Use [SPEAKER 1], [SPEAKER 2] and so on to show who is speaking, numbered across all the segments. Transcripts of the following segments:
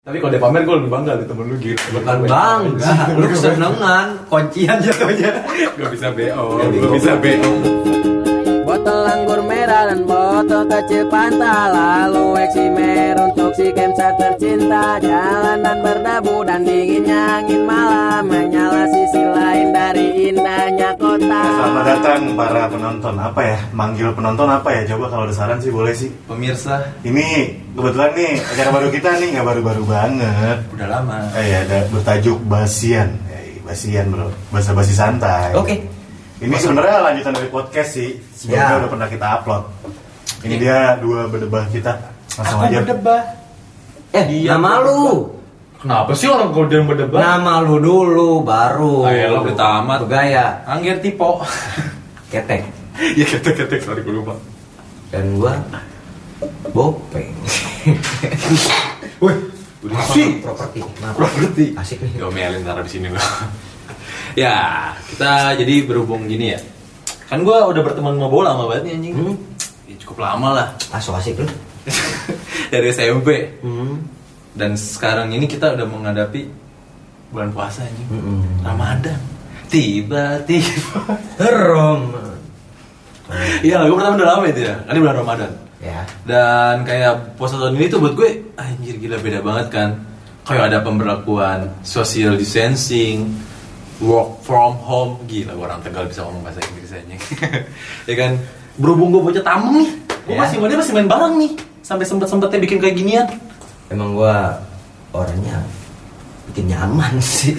[SPEAKER 1] Tapi kalau dia pamer gue lebih bangga di temen lu gitu.
[SPEAKER 2] Bukan bangga, lu kesenengan, kuncian jatuhnya.
[SPEAKER 1] Gak bisa BO, gak bisa BO.
[SPEAKER 3] Botol anggur merah dan botol kecil pantal Lalu eksimer untuk si kemsar tercinta Jalanan berdebu dan dinginnya angin malam Menyala sisi lain dari indahnya kota
[SPEAKER 4] Selamat datang para penonton apa ya? Manggil penonton apa ya? Coba kalau ada saran sih boleh sih.
[SPEAKER 2] Pemirsa,
[SPEAKER 4] Ini kebetulan nih acara baru kita nih nggak baru-baru banget.
[SPEAKER 2] udah lama.
[SPEAKER 4] Eh ya, ada bertajuk basian. Eh, basian bro, bahasa basi santai.
[SPEAKER 2] Oke.
[SPEAKER 4] Ini sebenarnya lanjutan dari podcast sih.
[SPEAKER 2] Ya.
[SPEAKER 4] Sebelumnya udah pernah kita upload. Ini dia dua berdebah kita. Langsung aja.
[SPEAKER 2] Eh, nama lu.
[SPEAKER 1] Kenapa sih orang kalau dia berdebat?
[SPEAKER 2] Nama lu dulu baru.
[SPEAKER 1] Ah, ya, lu udah tamat.
[SPEAKER 2] iya, Lu Gaya,
[SPEAKER 1] Angger tipo.
[SPEAKER 2] ketek.
[SPEAKER 1] Ya ketek-ketek, sorry gue lupa.
[SPEAKER 2] Dan gua bopeng.
[SPEAKER 1] Wih, udah sih.
[SPEAKER 2] Properti. Maaf.
[SPEAKER 1] Properti.
[SPEAKER 2] Asik nih.
[SPEAKER 1] Diomelin taruh di sini lo. ya, kita jadi berhubung gini ya. Kan gue udah berteman sama bola sama banget nih anjing.
[SPEAKER 2] Hmm.
[SPEAKER 1] Ya, cukup lama lah.
[SPEAKER 2] Aso asik lu.
[SPEAKER 1] Dari SMP.
[SPEAKER 2] Hmm.
[SPEAKER 1] Dan sekarang ini kita udah menghadapi bulan puasa anjing.
[SPEAKER 2] Mm-mm.
[SPEAKER 1] Ramadan. Tiba-tiba.
[SPEAKER 2] Herom.
[SPEAKER 1] Iya, gue pertama udah lama itu ya. Kan di bulan Ramadan.
[SPEAKER 2] Ya.
[SPEAKER 1] Dan kayak puasa tahun ini tuh buat gue anjir gila beda banget kan. Kayak ada pemberlakuan social distancing, work from home, gila gue orang Tegal bisa ngomong bahasa Inggris aja. ya kan berhubung gue bocah tamu nih. Gue
[SPEAKER 2] Ya.
[SPEAKER 1] masih masih masih main bareng nih sampai sempet-sempetnya bikin kayak ginian.
[SPEAKER 2] Emang gua orangnya bikin nyaman sih.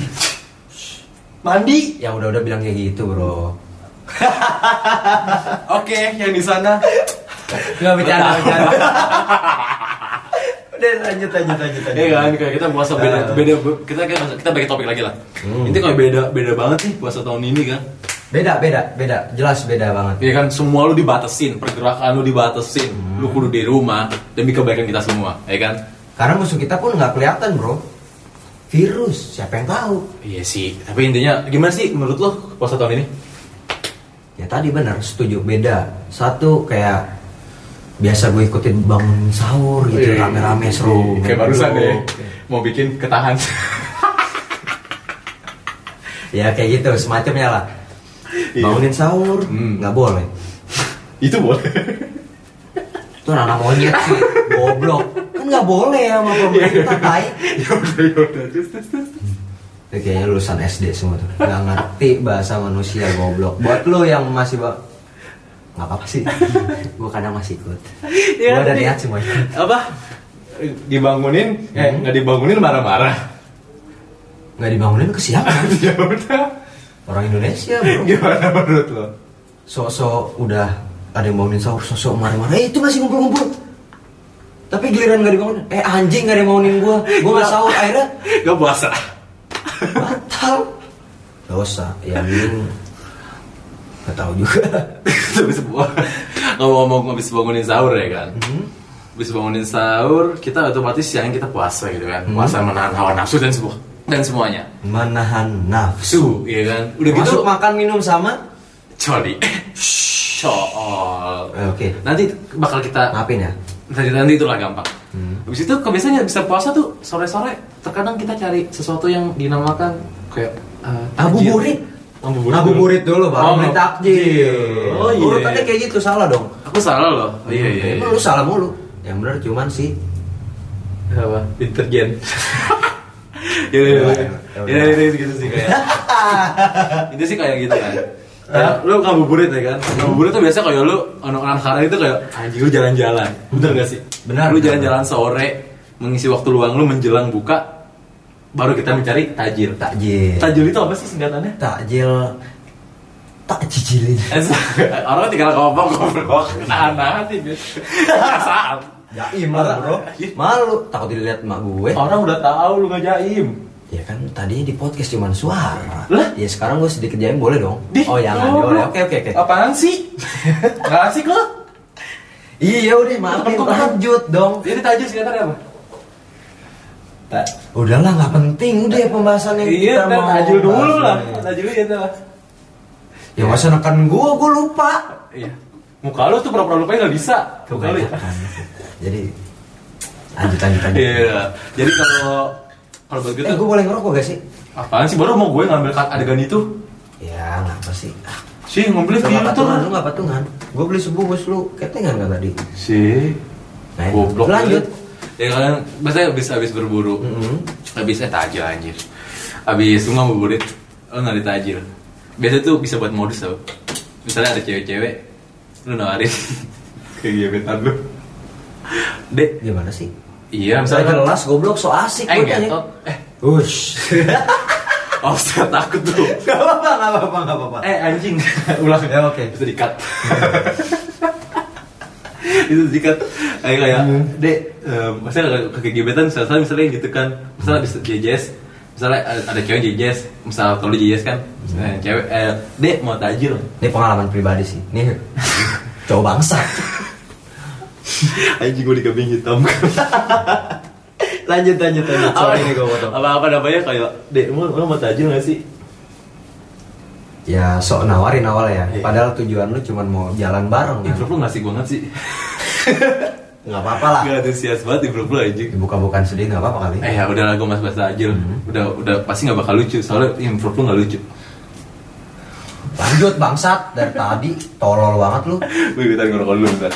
[SPEAKER 1] Mandi.
[SPEAKER 2] Ya udah-udah bilang kayak gitu, Bro.
[SPEAKER 1] Oke, yang di sana.
[SPEAKER 2] Enggak bercanda, bercanda. Udah lanjut lanjut lanjut. lanjut.
[SPEAKER 1] Iya kan, kayak kita puasa beda, beda kita kita, kita bagi topik lagi lah.
[SPEAKER 2] Hmm.
[SPEAKER 1] Itu kayak beda beda banget nih puasa tahun ini kan.
[SPEAKER 2] Beda beda beda. Jelas beda banget.
[SPEAKER 1] Ya kan semua lu dibatasin, pergerakan lu dibatasin, lu kudu di rumah demi kebaikan kita semua, ya kan?
[SPEAKER 2] Karena musuh kita pun nggak kelihatan, Bro. Virus, siapa yang tahu?
[SPEAKER 1] Iya sih, tapi intinya gimana sih menurut lo puasa tahun ini?
[SPEAKER 2] Ya tadi benar, setuju beda. Satu kayak biasa gue ikutin bangun sahur gitu rame-rame
[SPEAKER 1] Iya.
[SPEAKER 2] seru.
[SPEAKER 1] Kayak barusan ya. deh, mau bikin ketahan.
[SPEAKER 2] Ya kayak gitu semacamnya lah.
[SPEAKER 1] Iya.
[SPEAKER 2] Bangunin sahur
[SPEAKER 1] Hmm.
[SPEAKER 2] nggak boleh.
[SPEAKER 1] Itu boleh.
[SPEAKER 2] Itu anak monyet sih, goblok. Kan nggak boleh sama pemerintah baik.
[SPEAKER 1] ya udah, ya udah, terus terus terus.
[SPEAKER 2] Itu kayaknya lulusan SD semua tuh Gak ngerti bahasa manusia goblok Buat lo yang masih bak Gak apa-apa sih Gue kadang masih ikut Gue
[SPEAKER 1] Iya,
[SPEAKER 2] udah
[SPEAKER 1] tapi-
[SPEAKER 2] niat semuanya
[SPEAKER 1] Apa? Dibangunin, eh nggak dibangunin marah-marah.
[SPEAKER 2] Gak dibangunin ke siapa?
[SPEAKER 1] ya udah.
[SPEAKER 2] Orang Indonesia bro
[SPEAKER 1] Gimana menurut lo?
[SPEAKER 2] Sosok udah ada yang bangunin sahur Sosok marah-marah Eh itu masih ngumpul-ngumpul Tapi giliran gak dibangunin Eh anjing gak dibangunin gue Gue gak sahur akhirnya
[SPEAKER 1] Gak puasa.
[SPEAKER 2] batal Dosa Ya mending Gak tau juga
[SPEAKER 1] Habis bu- ngomong-ngomong habis bangunin sahur ya kan. Habis bangunin sahur, kita otomatis siang kita puasa gitu kan. Puasa menahan hawa nafsu dan semua dan semuanya.
[SPEAKER 2] Menahan
[SPEAKER 1] Su,
[SPEAKER 2] nafsu
[SPEAKER 1] iya kan. Udah gitu
[SPEAKER 2] Masuk makan minum sama
[SPEAKER 1] coli. Cool.
[SPEAKER 2] Eh, Oke,
[SPEAKER 1] Nanti bakal kita
[SPEAKER 2] maafin ya.
[SPEAKER 1] nanti nanti itulah gampang. Habis itu kebiasaannya bisa puasa tuh sore-sore terkadang kita cari sesuatu yang dinamakan kayak eh, takjil.
[SPEAKER 2] Ngabuburit.
[SPEAKER 1] Ngabuburit
[SPEAKER 2] Ngabuburit dulu baru beli takjil.
[SPEAKER 1] Oh iya.
[SPEAKER 2] Urutannya kayak gitu salah dong.
[SPEAKER 1] Aku salah loh. Iya iya. iya.
[SPEAKER 2] Emang lu salah mulu. Yang bener cuman sih
[SPEAKER 1] apa deterjen ya ya
[SPEAKER 2] Udah,
[SPEAKER 1] ya
[SPEAKER 2] udah.
[SPEAKER 1] ya ya gitu sih kayak itu sih kayak gitu kan Ya, lu ngabuburit ya kan? Ngabuburit tuh biasa kayak lu anak-anak sekarang itu kayak anjing lu jalan-jalan. Bener gak sih?
[SPEAKER 2] Benar,
[SPEAKER 1] Lu
[SPEAKER 2] benar.
[SPEAKER 1] jalan-jalan sore mengisi waktu luang lu menjelang buka baru kita mencari tajil.
[SPEAKER 2] Takjil.
[SPEAKER 1] Tajil itu apa sih singkatannya?
[SPEAKER 2] takjil tak jijilin.
[SPEAKER 1] Eh, Orang tinggal ngomong ngomong. Nah, hati guys. Saat. iya,
[SPEAKER 2] Jaim lah bro. Malu takut dilihat emak gue.
[SPEAKER 1] Orang udah tahu lu nggak jaim.
[SPEAKER 2] Ya kan tadinya di podcast cuman suara.
[SPEAKER 1] Lah?
[SPEAKER 2] Ya sekarang gue sedikit jaim boleh dong.
[SPEAKER 1] Dih, Oh.
[SPEAKER 2] oh ya nggak
[SPEAKER 1] goblok.
[SPEAKER 2] boleh. Oke oke oke.
[SPEAKER 1] Apaan sih? Gak asik lo?
[SPEAKER 2] Iya udah maafin
[SPEAKER 1] Tetep, tetep.
[SPEAKER 2] lanjut dong.
[SPEAKER 1] Jadi tajir singkatannya apa? Tak.
[SPEAKER 2] Udahlah nggak penting udah pembahasan yang
[SPEAKER 1] Iya,
[SPEAKER 2] kita
[SPEAKER 1] tak
[SPEAKER 2] mau.
[SPEAKER 1] tajil dulu
[SPEAKER 2] bahas
[SPEAKER 1] lah.
[SPEAKER 2] ini.
[SPEAKER 1] Tajil dulu ya lah.
[SPEAKER 2] Ya masa neken gue, gue lupa gitu.
[SPEAKER 1] Iya. Muka lo tuh pura-pura lupanya nggak bisa. Muka lo ya.
[SPEAKER 2] Kebanyakan Jadi Lanjut lanjut lanjut.
[SPEAKER 1] Iya. Jadi kalau kalau buat gue
[SPEAKER 2] Eh,
[SPEAKER 1] tuh
[SPEAKER 2] gue boleh ngerokok gak sih?
[SPEAKER 1] apaan sih baru mau gue ngambil cut adegan itu.
[SPEAKER 2] Ya, ngapa sih? Ah,
[SPEAKER 1] Sih ngambil
[SPEAKER 2] Lu nggak patungan, lu
[SPEAKER 1] filter.
[SPEAKER 2] nggak patungan. Gue beli sebungkus lu ketengan gak tadi?
[SPEAKER 1] Sih.
[SPEAKER 2] Nah,
[SPEAKER 1] Goblok.
[SPEAKER 2] lanjut.
[SPEAKER 1] Ya kalian biasanya habis habis berburu.
[SPEAKER 2] Mm-mm.
[SPEAKER 1] Habis eh tajil anjir. Habis lu ngabuburit, lu narik tajil. Biasa tuh bisa buat modus tau. Misalnya ada cewek-cewek, lu nawarin ke gebetan lu. Dek,
[SPEAKER 2] Gimana sih?
[SPEAKER 1] iya
[SPEAKER 2] Misalnya
[SPEAKER 1] misalnya
[SPEAKER 2] jelas goblok so asik
[SPEAKER 1] eh
[SPEAKER 2] gua tanya.
[SPEAKER 1] getot, eh
[SPEAKER 2] Ush.
[SPEAKER 1] offset takut tuh.
[SPEAKER 2] Gak apa-apa, gak apa-apa, gak apa-apa.
[SPEAKER 1] Eh anjing, ulang
[SPEAKER 2] Ya, oke.
[SPEAKER 1] Bisa dikat. itu dikat kayak kayak dek em, misalnya ke kegiatan misalnya misalnya gitu kan misalnya bisa JJS misalnya ada, ada cewek JJS misalnya kalau lu JJS kan misalnya cewek eh, dek mau tajil
[SPEAKER 2] Ini pengalaman pribadi sih. Nih cowok bangsa.
[SPEAKER 1] anjing gue di kambing hitam
[SPEAKER 2] lanjut lanjut lanjut. Soal ini gue potong.
[SPEAKER 1] apa apa namanya kayak dek mau lu mau tajil nggak sih
[SPEAKER 2] Ya sok nawarin awal ya.
[SPEAKER 1] Iya.
[SPEAKER 2] Padahal tujuan lu cuma mau jalan bareng
[SPEAKER 1] Ih, bro
[SPEAKER 2] kan.
[SPEAKER 1] lu ngasih gue nggak sih
[SPEAKER 2] Gak apa-apa lah.
[SPEAKER 1] gak antusias banget bro lu anjing
[SPEAKER 2] Bukan-bukan sedih gak apa-apa kali.
[SPEAKER 1] Eh ya udahlah gue mas bahas tajil
[SPEAKER 2] Hmm.
[SPEAKER 1] Udah udah pasti gak bakal lucu Soalnya improv lu gak lucu
[SPEAKER 2] Lanjut bangsat dari tadi tolol banget lu.
[SPEAKER 1] Gue ikutan ngerokok dulu bentar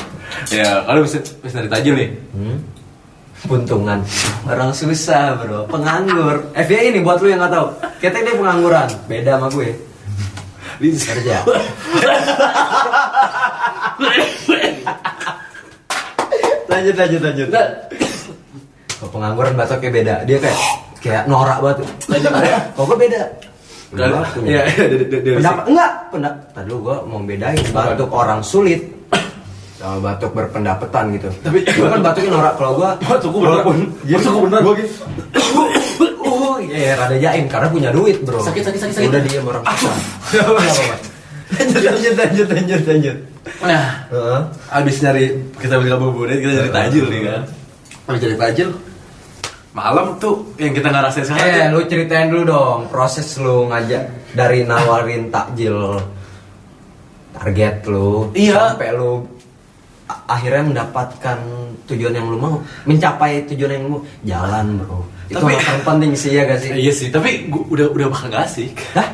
[SPEAKER 1] Ya kalau bisa bisa dari tajil nih
[SPEAKER 2] Hmm? Puntungan. Orang susah bro, penganggur. FBI ini buat lu yang gak tahu. Kita ini pengangguran, beda sama gue.
[SPEAKER 1] Bisa
[SPEAKER 2] Kerja. lanjut lanjut lanjut. Kalau pengangguran batoknya beda. Dia kayak kayak norak banget. Lanjut. Kok gue beda?
[SPEAKER 1] Kalau
[SPEAKER 2] Pendapat lu.
[SPEAKER 1] ya dari dari dari
[SPEAKER 2] Pendapat enggak? Pendapat. Tadi lu gue mau bedain batuk orang sulit sama batuk berpendapatan gitu.
[SPEAKER 1] Tapi-
[SPEAKER 2] Gua kan batuknya norak kalau gua
[SPEAKER 1] Batuk gua bener. Batuk gua bener.
[SPEAKER 2] Gua gitu. Uh, ya, ya, rada jaim karena punya duit, Bro.
[SPEAKER 1] Sakit, sakit, sakit, sakit.
[SPEAKER 2] Udah diam orang. Enggak
[SPEAKER 1] gitu.
[SPEAKER 2] apa-apa. Lanjut lanjut lanjut lanjut lanjut.
[SPEAKER 1] Nah
[SPEAKER 2] Heeh.
[SPEAKER 1] abis nyari kita beli ngabuburit kita nyari tajil nih kan Abis nyari tajil Malam tuh yang kita nggak rasain sekarang
[SPEAKER 2] Eh,
[SPEAKER 1] tuh.
[SPEAKER 2] lu ceritain dulu dong proses lu ngajak dari nawarin takjil target lu
[SPEAKER 1] Iya.
[SPEAKER 2] sampai lu a- akhirnya mendapatkan tujuan yang lu mau, mencapai tujuan yang lu mau. Jalan, Bro. Itu
[SPEAKER 1] Tapi-
[SPEAKER 2] yang paling penting sih ya gak sih?
[SPEAKER 1] Eh, Iya sih tapi gua udah udah bakal nggak asik
[SPEAKER 2] Hah?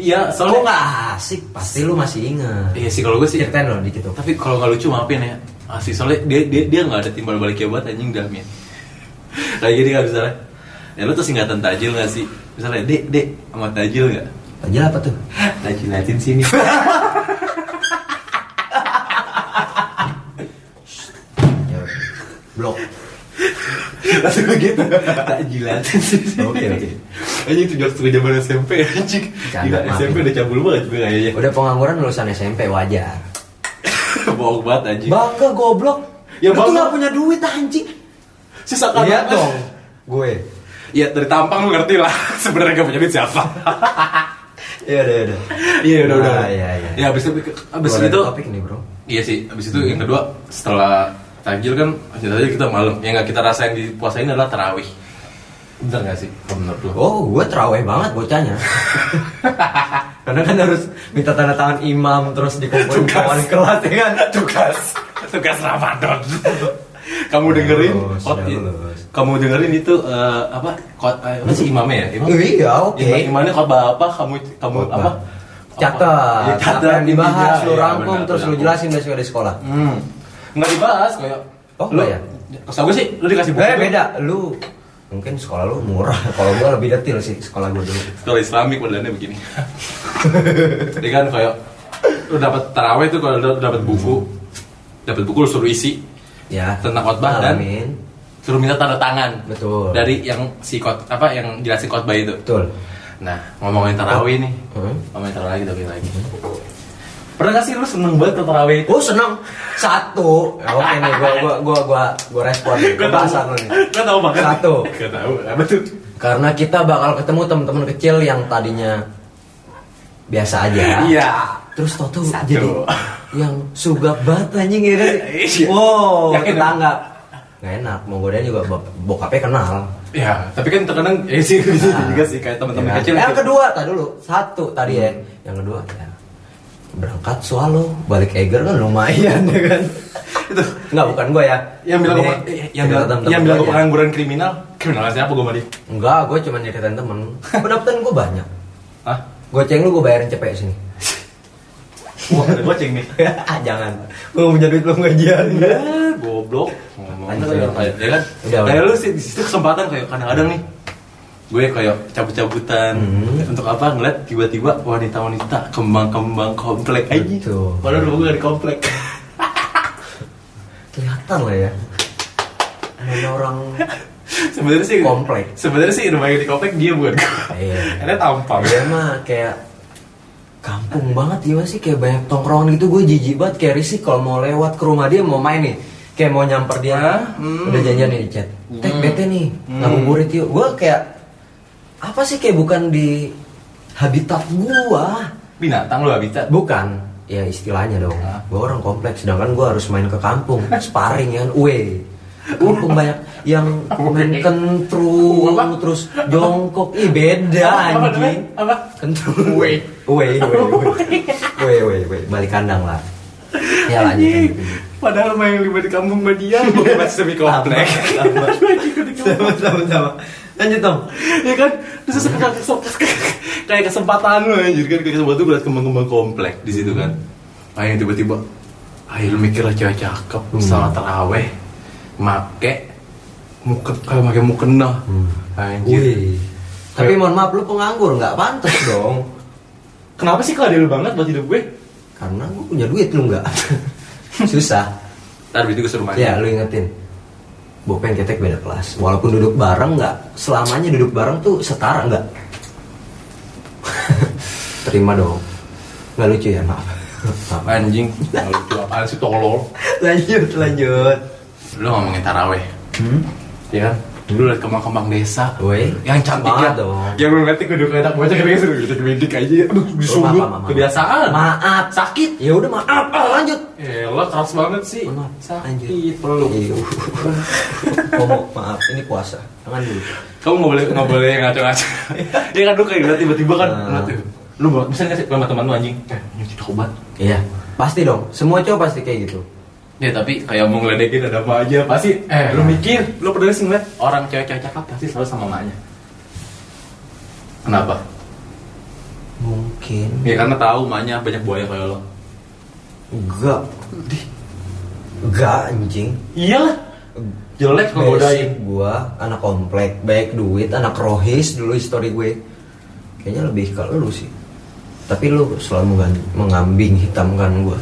[SPEAKER 1] Iya
[SPEAKER 2] Kalau
[SPEAKER 1] soalnya
[SPEAKER 2] nggak asik, pasti lu masih ingat.
[SPEAKER 1] Iya sih kalau gue sih
[SPEAKER 2] Ceritain dong dikit dong.
[SPEAKER 1] Tapi kalau nggak lucu maafin ya. Asli soalnya dia dia dia nggak ada timbal baliknya buat anjing ya. dalamnya. Kayak gini kan misalnya. Ya lu tuh singkatan tajil nggak sih? Misalnya dek dek sama tajil nggak?
[SPEAKER 2] Tajil apa tuh?
[SPEAKER 1] Tajil latin sini.
[SPEAKER 2] Ya, Blok.
[SPEAKER 1] Langsung gue gitu. Tajil latin sini.
[SPEAKER 2] Oke, oke.
[SPEAKER 1] Anjing tujuh ratus zaman SMP anjing.
[SPEAKER 2] Bercanda,
[SPEAKER 1] Gila
[SPEAKER 2] maafin.
[SPEAKER 1] SMP udah cabul banget gue kayaknya.
[SPEAKER 2] Udah pengangguran lulusan SMP wajar.
[SPEAKER 1] Bohong banget anjing.
[SPEAKER 2] Bangga goblok.
[SPEAKER 1] Ya,
[SPEAKER 2] Lu tuh
[SPEAKER 1] bangga.
[SPEAKER 2] nggak punya duit anjing.
[SPEAKER 1] Susah kan?
[SPEAKER 2] Lihat Iya, dong gue.
[SPEAKER 1] Ya dari tampang lu ngerti lah. Sebenarnya gak punya duit siapa?
[SPEAKER 2] Iya udah udah.
[SPEAKER 1] Iya udah udah.
[SPEAKER 2] Nah, Iya iya.
[SPEAKER 1] Ya abis itu abis
[SPEAKER 2] Keluar dari
[SPEAKER 1] itu
[SPEAKER 2] topik nih bro.
[SPEAKER 1] Iya sih, abis itu yang kedua setelah takjil kan akhirnya kita malam yang nggak kita rasain di puasa ini adalah tarawih. Bener nggak sih? Bener tuh.
[SPEAKER 2] Oh gue teraweh banget bocahnya. Karena kan harus minta tanda tangan imam terus dikumpulin
[SPEAKER 1] Tugas.
[SPEAKER 2] kawan kelas ya kan.
[SPEAKER 1] Tugas, tugas Ramadan. kamu
[SPEAKER 2] Sudah
[SPEAKER 1] dengerin,
[SPEAKER 2] lulus,
[SPEAKER 1] kot-
[SPEAKER 2] sudah lulus.
[SPEAKER 1] kamu dengerin itu eh, apa? Kot, eh, apa sih imamnya ya? Imam?
[SPEAKER 2] Iya oke.
[SPEAKER 1] Imam- imamnya khotbah apa? Kamu kamu
[SPEAKER 2] Khotbah.
[SPEAKER 1] apa?
[SPEAKER 2] Iya, Catat.
[SPEAKER 1] Apa? Ya,
[SPEAKER 2] Apa yang dibahas
[SPEAKER 1] intinya.
[SPEAKER 2] lu
[SPEAKER 1] Iya,
[SPEAKER 2] rangkum
[SPEAKER 1] benar,
[SPEAKER 2] terus lu
[SPEAKER 1] benar.
[SPEAKER 2] jelasin besok di sekolah.
[SPEAKER 1] Hmm. Nggak dibahas kayak.
[SPEAKER 2] Oh,
[SPEAKER 1] lu,
[SPEAKER 2] nggak ya?
[SPEAKER 1] Kesal gue sih, lu dikasih buku.
[SPEAKER 2] Eh
[SPEAKER 1] tuh.
[SPEAKER 2] beda lu mungkin sekolah lu murah kalau gue lebih detail sih sekolah gue dulu.
[SPEAKER 1] Sekolah Islamik modelannya begini. Jadi kan kayak lu dapat taraweh tuh kalau lu dapat buku, dapat buku lu suruh isi,
[SPEAKER 2] Ya.
[SPEAKER 1] Tentang khotbah dan-
[SPEAKER 2] Alamin.
[SPEAKER 1] suruh minta tanda tangan.
[SPEAKER 2] Betul.
[SPEAKER 1] Dari yang si kot apa yang jelasin khotbah itu.
[SPEAKER 2] Betul.
[SPEAKER 1] Nah, ngomongin taraweh nih.
[SPEAKER 2] Hmm.
[SPEAKER 1] Ngomongin taraweh lagi tapi lagi. Pernah gak sih lu seneng banget ke taraweh itu?
[SPEAKER 2] Oh seneng satu. Ya, Oke nih, gua gua gua gua gua respon nih. Gua bahasan lu nih.
[SPEAKER 1] Gua tahu banget.
[SPEAKER 2] Satu.
[SPEAKER 1] Gua tahu. Apa tuh?
[SPEAKER 2] Karena kita bakal ketemu teman-teman kecil yang tadinya biasa aja.
[SPEAKER 1] Iya.
[SPEAKER 2] Terus Toto
[SPEAKER 1] Satu.
[SPEAKER 2] jadi yang sugap banget anjing ya kan?
[SPEAKER 1] Iya.
[SPEAKER 2] Wow,
[SPEAKER 1] Yakin?
[SPEAKER 2] tetangga. Gak enak, mau godain juga bap- bokapnya kenal.
[SPEAKER 1] Ya, tapi kan terkadang ya
[SPEAKER 2] Iya.
[SPEAKER 1] sih gitu juga sih kayak teman-teman
[SPEAKER 2] Ya kan?
[SPEAKER 1] kecil.
[SPEAKER 2] Yang kedua, tadi dulu. Satu tadi ya. Yang kedua, ya. berangkat Soalo balik Eger kan lumayan ya kan itu nggak bukan gue ya
[SPEAKER 1] yang bilang
[SPEAKER 2] Ini
[SPEAKER 1] gua- eh, yang bilang
[SPEAKER 2] cerita temen-temen
[SPEAKER 1] yang bilang
[SPEAKER 2] gua
[SPEAKER 1] gua
[SPEAKER 2] aja.
[SPEAKER 1] pengangguran kriminal kriminalnya apa gue mandi
[SPEAKER 2] enggak gue cuma nyeritain temen pendapatan gue banyak
[SPEAKER 1] ah
[SPEAKER 2] goceng lu gue bayarin CPS ini
[SPEAKER 1] wah ada goceng nih
[SPEAKER 2] ah jangan gue punya duit belum gajian
[SPEAKER 1] Ya, goblok ngomong
[SPEAKER 2] Lanjut,
[SPEAKER 1] kayak
[SPEAKER 2] lanjut.
[SPEAKER 1] ya kan
[SPEAKER 2] Udah,
[SPEAKER 1] kayak
[SPEAKER 2] udah.
[SPEAKER 1] lu sih di situ kesempatan kayak kadang-kadang nih gue kayak cabut-cabutan
[SPEAKER 2] Hmm.
[SPEAKER 1] untuk apa ngeliat tiba-tiba wanita-wanita kembang-kembang komplek aja
[SPEAKER 2] Betul.
[SPEAKER 1] padahal rumah gue gak di komplek
[SPEAKER 2] kelihatan lah ya Namanya orang
[SPEAKER 1] sebenarnya sih
[SPEAKER 2] Komplek.
[SPEAKER 1] sebenarnya sih rumah yang di komplek dia bukan gue
[SPEAKER 2] Iya.
[SPEAKER 1] karena tampang
[SPEAKER 2] dia mah kayak kampung banget gimana sih kayak banyak tongkrongan gitu gue jijik banget kayak risih kalau mau lewat ke rumah dia mau main nih kayak mau nyamper dia
[SPEAKER 1] Hmm.
[SPEAKER 2] udah janjian nih di chat tek bete nih ngabuburit yuk gue kayak apa sih kayak bukan di habitat gua
[SPEAKER 1] binatang lu habitat
[SPEAKER 2] bukan ya istilahnya dong
[SPEAKER 1] Hah?
[SPEAKER 2] gue orang kompleks sedangkan gue harus main ke kampung sparring ya kan uwe kampung banyak yang main kentrung
[SPEAKER 1] Apa?
[SPEAKER 2] terus jongkok ih beda
[SPEAKER 1] Apa namanya?
[SPEAKER 2] anjing
[SPEAKER 1] Apa?
[SPEAKER 2] kentrung
[SPEAKER 1] Uwe.
[SPEAKER 2] uwe uwe uwe uwe uwe uwe balik kandang lah ya lanjut
[SPEAKER 1] Anjing. Padahal main yang di kampung sama dia,
[SPEAKER 2] Iya.
[SPEAKER 1] gue masih semi komplek.
[SPEAKER 2] Sama,
[SPEAKER 1] Lagi ikut di kampung.
[SPEAKER 2] sama sama lanjut dong
[SPEAKER 1] ya kan terus kayak kayak kesempatan lu anjir kan kayak kesempatan lu liat kembang-kembang komplek di situ kan ayo tiba-tiba ayo lu mikir lah cewek cakep
[SPEAKER 2] Hmm.
[SPEAKER 1] salat taraweh make muket kayak make mukena anjir
[SPEAKER 2] Hmm. Wih. tapi mohon maaf lu penganggur nggak pantas dong
[SPEAKER 1] kenapa sih kalau lu banget buat hidup gue
[SPEAKER 2] karena gue punya duit lu nggak susah
[SPEAKER 1] ntar itu gue suruh mandi
[SPEAKER 2] Ya, lu ingetin. Bopen ketek beda kelas. Walaupun duduk bareng nggak, selamanya duduk bareng tuh setara nggak? Terima dong. Nggak lucu ya, maaf. Maaf.
[SPEAKER 1] anjing Nggak lucu apaan sih tolol
[SPEAKER 2] lanjut, lanjut.
[SPEAKER 1] lu ngomongin taraweh ya kan lu liat kembang-kembang desa
[SPEAKER 2] Woi,
[SPEAKER 1] yang cantik ya
[SPEAKER 2] semangat dong.
[SPEAKER 1] yang lu liatin kudu ke anak bocah kayak gitu gitu mendik aja aduh
[SPEAKER 2] Maaf,
[SPEAKER 1] disungguh
[SPEAKER 2] maaf, maaf.
[SPEAKER 1] kebiasaan
[SPEAKER 2] Maaf.
[SPEAKER 1] sakit
[SPEAKER 2] Ya udah maaf, lanjut.
[SPEAKER 1] Elah keras banget sih
[SPEAKER 2] Maaf,
[SPEAKER 1] sakit
[SPEAKER 2] anjir.
[SPEAKER 1] perlu
[SPEAKER 2] Iya. Ngomong, maaf, ini puasa. Jangan dulu.
[SPEAKER 1] kamu nggak boleh nggak boleh ngaco-ngaco ya kan lu kayak ngeliat tiba-tiba kan
[SPEAKER 2] Hmm.
[SPEAKER 1] ngeliat tuh. lu mau- bisa nggak sih sama teman lu anjing eh ini tidak obat
[SPEAKER 2] Iya, pasti dong. Semua cowok pasti kayak gitu.
[SPEAKER 1] ya tapi kayak mau ngeledekin ada apa aja pasti eh lu mikir lu pernah sih ngeliat orang cewek-cewek cakep pasti selalu sama mamanya kenapa
[SPEAKER 2] Mungkin.
[SPEAKER 1] ya karena tahu mamanya banyak buaya kayak lo
[SPEAKER 2] Enggak. Enggak, anjing.
[SPEAKER 1] iyalah jelek
[SPEAKER 2] Basic
[SPEAKER 1] ngegodain
[SPEAKER 2] gua anak komplek, baik duit, anak rohis dulu history gue. Kayaknya lebih ke lu sih. Tapi lu selalu menggan- mengambing hitamkan gua.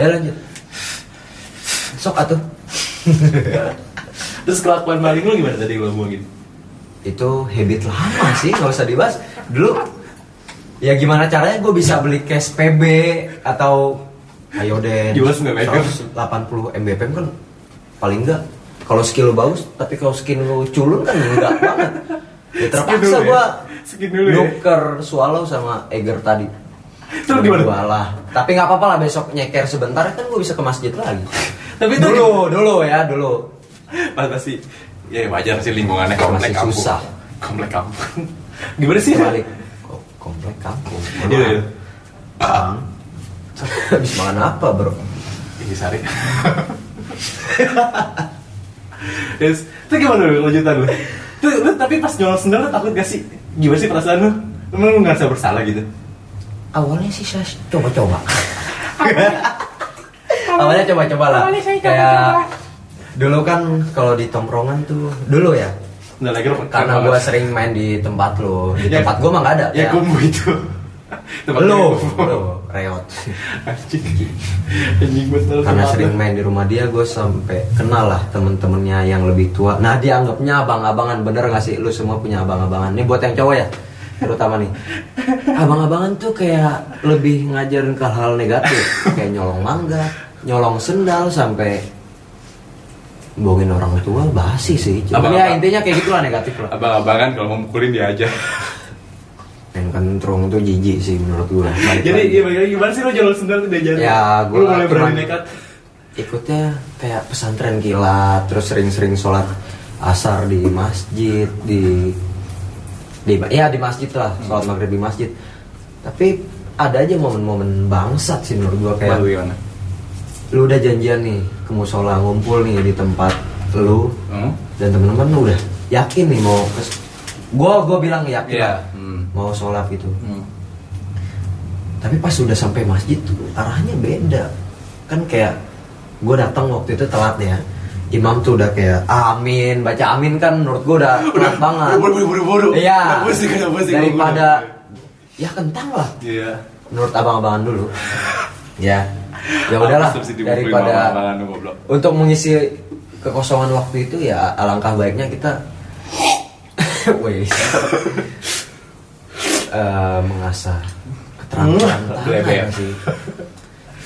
[SPEAKER 2] ya lanjut. Sok atuh.
[SPEAKER 1] terus kelakuan maling lu gimana tadi lu ngomongin
[SPEAKER 2] Itu habit lama sih, nggak usah dibahas. Dulu ya gimana caranya gue bisa beli cash PB atau ayo deh
[SPEAKER 1] Jelas nggak, Megan?
[SPEAKER 2] 80 mbpm kan paling enggak kalau skill lu bagus tapi kalau skin lu culun kan enggak banget ya terpaksa
[SPEAKER 1] Skin dulu ya?
[SPEAKER 2] gua
[SPEAKER 1] Skin dulu ya?
[SPEAKER 2] nuker swallow sama Eger tadi
[SPEAKER 1] Terus gimana?
[SPEAKER 2] Berdua lah. tapi nggak apa-apa lah besok nyeker sebentar kan gua bisa ke masjid lagi
[SPEAKER 1] Tapi itu-
[SPEAKER 2] dulu dulu ya dulu
[SPEAKER 1] Pas- pasti ya wajar sih lingkungannya komplek
[SPEAKER 2] Masih
[SPEAKER 1] kampung
[SPEAKER 2] susah.
[SPEAKER 1] komplek kampung gimana sih
[SPEAKER 2] balik komplek kampung Mohon
[SPEAKER 1] Iya,
[SPEAKER 2] maaf.
[SPEAKER 1] iya.
[SPEAKER 2] Bang. habis makan apa bro
[SPEAKER 1] ini sari yes itu gimana lu lanjutan lu Tuh, lu tapi pas jualan sendal lu takut gak sih gimana sih perasaan lu emang lu ngerasa bersalah gitu
[SPEAKER 2] awalnya sih saya coba-coba awalnya coba-coba lah kayak dulu kan kalau di tongkrongan tuh dulu ya
[SPEAKER 1] sendal lagi lu pekan
[SPEAKER 2] karena
[SPEAKER 1] banget.
[SPEAKER 2] gua sering main di tempat lo di
[SPEAKER 1] Ya,
[SPEAKER 2] tempat gua mah nggak ada
[SPEAKER 1] ya gumbu itu Tempat
[SPEAKER 2] lo
[SPEAKER 1] gumbu.
[SPEAKER 2] lo reot
[SPEAKER 1] anjing anjing gue selalu
[SPEAKER 2] karena
[SPEAKER 1] tempat
[SPEAKER 2] sering
[SPEAKER 1] lu.
[SPEAKER 2] main di rumah dia gue sampai kenal lah temen-temennya yang lebih tua nah dia anggapnya abang-abangan bener gak sih lu semua punya abang-abangan ini buat yang cowok ya terutama nih abang-abangan tuh kayak lebih ngajarin ke hal negatif kayak nyolong mangga nyolong sendal sampai bohongin orang tua basi sih Cuman
[SPEAKER 1] Abang-abang.
[SPEAKER 2] ya intinya kayak gitulah negatif lah
[SPEAKER 1] abang-abangan kalau mau mukulin dia aja
[SPEAKER 2] main kentrung tuh jijik sih menurut gue
[SPEAKER 1] Jadi ya, balik lagi, gimana sih lo jualan sendal tuh diajarin?
[SPEAKER 2] Iya, Ya, gue
[SPEAKER 1] Iya. Lu mulai berani nekat
[SPEAKER 2] Ikutnya kayak pesantren kilat, terus sering-sering sholat asar di masjid,
[SPEAKER 1] Hmm.
[SPEAKER 2] di di ya di masjid lah, sholat maghrib di masjid. Tapi ada aja momen-momen bangsat sih menurut gua kayak
[SPEAKER 1] Lalu gimana?
[SPEAKER 2] lu udah janjian nih ke musola ngumpul nih di tempat lu
[SPEAKER 1] Hmm?
[SPEAKER 2] dan temen-temen lu udah yakin nih mau ke gua gua bilang yakin
[SPEAKER 1] Iya.
[SPEAKER 2] lah,
[SPEAKER 1] Hmm.
[SPEAKER 2] mau sholat gitu
[SPEAKER 1] Hmm.
[SPEAKER 2] tapi pas udah sampai masjid tuh arahnya beda kan kayak gue datang waktu itu telat nih ya imam tuh udah kayak amin baca amin kan menurut gue udah telat banget
[SPEAKER 1] udah buru-buru-buru. Udah
[SPEAKER 2] iya
[SPEAKER 1] pusing, udah pusing,
[SPEAKER 2] daripada ya kentang lah
[SPEAKER 1] Iya.
[SPEAKER 2] menurut abang-abangan dulu ya ya
[SPEAKER 1] Apa
[SPEAKER 2] udahlah
[SPEAKER 1] subsidi buku
[SPEAKER 2] daripada
[SPEAKER 1] imam-imaman lu, goblok?
[SPEAKER 2] untuk mengisi kekosongan waktu itu ya alangkah baiknya kita wes Eh, mengasah keterampilan
[SPEAKER 1] Hmm,
[SPEAKER 2] tangan
[SPEAKER 1] bleber.
[SPEAKER 2] sih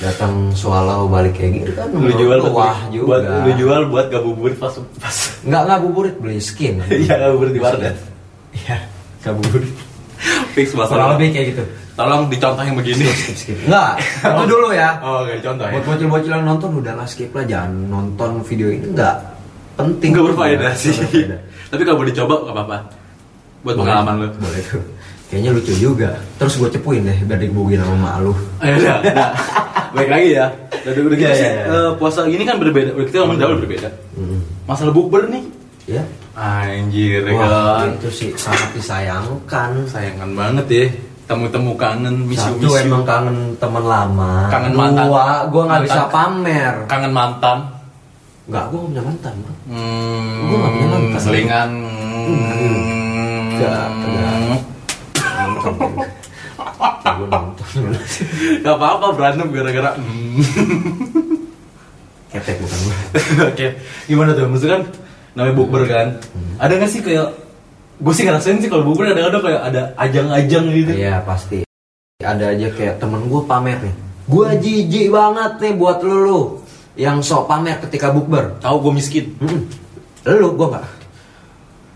[SPEAKER 2] datang soalau balik kayak gitu kan
[SPEAKER 1] Lu jual buat-
[SPEAKER 2] wah juga
[SPEAKER 1] buat lu jual buat gabuburit pas pas
[SPEAKER 2] nggak ngabuburit beli skin
[SPEAKER 1] Iya, ngabuburit di warnet.
[SPEAKER 2] iya ngabuburit
[SPEAKER 1] fix
[SPEAKER 2] kurang
[SPEAKER 1] masalah.
[SPEAKER 2] lebih kayak gitu
[SPEAKER 1] Tolong dicontohin begini.
[SPEAKER 2] skip skip nggak itu dulu ya
[SPEAKER 1] Oh, oke, contoh ya.
[SPEAKER 2] Buat bocil-bocil yang nonton udahlah skip lah jangan nonton video ini nggak penting.
[SPEAKER 1] Enggak berfaedah
[SPEAKER 2] Nggak
[SPEAKER 1] sih.
[SPEAKER 2] berfaedah.
[SPEAKER 1] Tapi kalau boleh dicoba nggak apa-apa. Buat pengalaman lu.
[SPEAKER 2] Boleh. Oh, Boleh tuh. Kayaknya lucu juga. Terus gue cepuin deh biar digebukin sama emak lu.
[SPEAKER 1] Ayo udah. Nah, baik lagi ya. Udah, udah, udah gitu
[SPEAKER 2] Iya,
[SPEAKER 1] sih.
[SPEAKER 2] iya, iya.
[SPEAKER 1] eh, puasa gini kan berbeda. Udah, Kita ngomong jauh berbeda.
[SPEAKER 2] Hmm.
[SPEAKER 1] Masalah bukber nih.
[SPEAKER 2] Ya.
[SPEAKER 1] Anjir, ya
[SPEAKER 2] Wah,
[SPEAKER 1] kan.
[SPEAKER 2] itu sih sangat disayangkan.
[SPEAKER 1] Sayangkan banget ya. Temu-temu kangen,
[SPEAKER 2] Satu
[SPEAKER 1] misiu-misiu.
[SPEAKER 2] emang kangen teman lama.
[SPEAKER 1] Kangen
[SPEAKER 2] Dua,
[SPEAKER 1] mantan.
[SPEAKER 2] gue nggak bisa
[SPEAKER 1] Mantan.
[SPEAKER 2] pamer.
[SPEAKER 1] Kangen mantan.
[SPEAKER 2] Nggak, gue nggak punya mantan. bro. Gua nggak punya
[SPEAKER 1] Hmm,
[SPEAKER 2] mantan.
[SPEAKER 1] selingan.
[SPEAKER 2] Nggak, nggak. Nonton. Gue nonton.
[SPEAKER 1] Gak apa-apa berantem gara-gara hmm.
[SPEAKER 2] Ketek bukan gue.
[SPEAKER 1] Oke, gimana tuh? Maksudnya kan namanya bukber kan?
[SPEAKER 2] Hmm.
[SPEAKER 1] Ada gak sih kayak Gue sih ngerasain sih kalau bukber kadang-kadang kayak ada ajang-ajang gitu
[SPEAKER 2] Iya pasti Ada aja kayak temen gue pamer nih Gue jijik banget nih buat lu lu Yang sok pamer ketika bukber
[SPEAKER 1] Tahu gue miskin
[SPEAKER 2] Mm-mm. Lu gue gak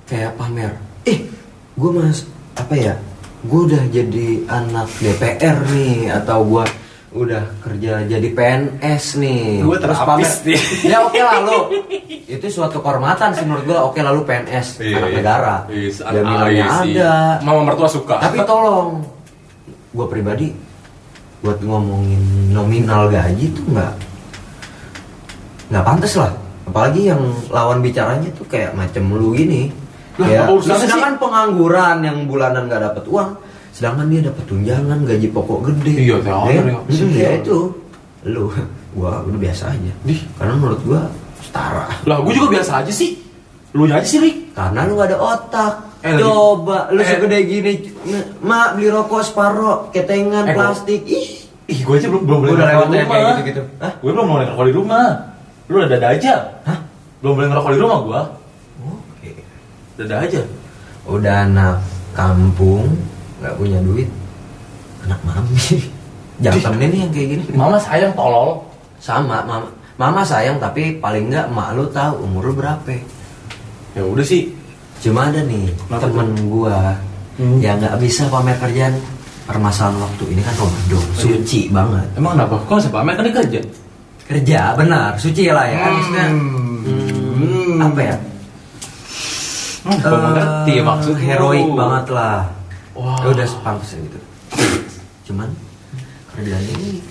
[SPEAKER 2] Kayak pamer Eh gue mas Apa ya Gue udah jadi anak DPR nih Atau gue udah kerja jadi PNS nih
[SPEAKER 1] Gua terapis nih.
[SPEAKER 2] Ya oke lah lu Itu suatu kehormatan sih menurut gue Oke lah lu PNS Anak negara
[SPEAKER 1] Iya, iya,
[SPEAKER 2] Jaminannya
[SPEAKER 1] iya sih.
[SPEAKER 2] ada
[SPEAKER 1] Mama mertua suka
[SPEAKER 2] tapi tolong, gue pribadi buat ngomongin nominal gaji tuh nggak nggak pantas lah. Apalagi yang lawan bicaranya tuh kayak macem lu gini.
[SPEAKER 1] Lah,
[SPEAKER 2] Kayak,
[SPEAKER 1] apa urusannya
[SPEAKER 2] sedangkan pengangguran yang bulanan nggak dapat uang, sedangkan dia dapat tunjangan gaji pokok gede.
[SPEAKER 1] Iya, tahu,
[SPEAKER 2] Ya,
[SPEAKER 1] tahu.
[SPEAKER 2] hmm, ya itu lu, gua udah biasa aja.
[SPEAKER 1] Dih.
[SPEAKER 2] Karena menurut gua setara.
[SPEAKER 1] Lah gue juga biasa aja sih Lu aja sih Rik
[SPEAKER 2] Karena lu gak ada otak.
[SPEAKER 1] Eh, lagi-
[SPEAKER 2] Coba lu
[SPEAKER 1] eh.
[SPEAKER 2] segede gini, mak beli rokok separo, ketengan
[SPEAKER 1] Eh,
[SPEAKER 2] plastik. Ih,
[SPEAKER 1] Ih gue aja belum belum
[SPEAKER 2] Gua
[SPEAKER 1] boleh
[SPEAKER 2] udah
[SPEAKER 1] ngerokok
[SPEAKER 2] lewat
[SPEAKER 1] di
[SPEAKER 2] ya,
[SPEAKER 1] rumah
[SPEAKER 2] kayak gitu-gitu. Hah?
[SPEAKER 1] Gue belum boleh ngerokok di rumah Lu udah dada aja
[SPEAKER 2] Hah?
[SPEAKER 1] Belum boleh ngerokok di rumah gue
[SPEAKER 2] oke.
[SPEAKER 1] Dada aja
[SPEAKER 2] Udah anak kampung, nggak punya duit, anak mami. Jangan
[SPEAKER 1] Iya.
[SPEAKER 2] temenin nih yang kayak gini.
[SPEAKER 1] Mama sayang tolol
[SPEAKER 2] Sama, mama, mama sayang tapi paling nggak mak lu tahu umur lu berapa.
[SPEAKER 1] Ya udah sih
[SPEAKER 2] Cuma ada nih
[SPEAKER 1] Kenapa
[SPEAKER 2] temen gua
[SPEAKER 1] Hmm.
[SPEAKER 2] yang nggak bisa pamer kerjaan permasalahan waktu ini kan
[SPEAKER 1] Oh,
[SPEAKER 2] Ramadan,
[SPEAKER 1] iya.
[SPEAKER 2] suci banget.
[SPEAKER 1] Emang kenapa? Kok siapa? Mereka kan dia kerja
[SPEAKER 2] kerja benar suci lah ya kan maksudnya hmm, apa ya
[SPEAKER 1] Hmm, gue mengerti
[SPEAKER 2] Eh,
[SPEAKER 1] maksud lu.
[SPEAKER 2] heroik banget lah
[SPEAKER 1] Wah.
[SPEAKER 2] Ya udah sepantasnya gitu cuman kerjaan ini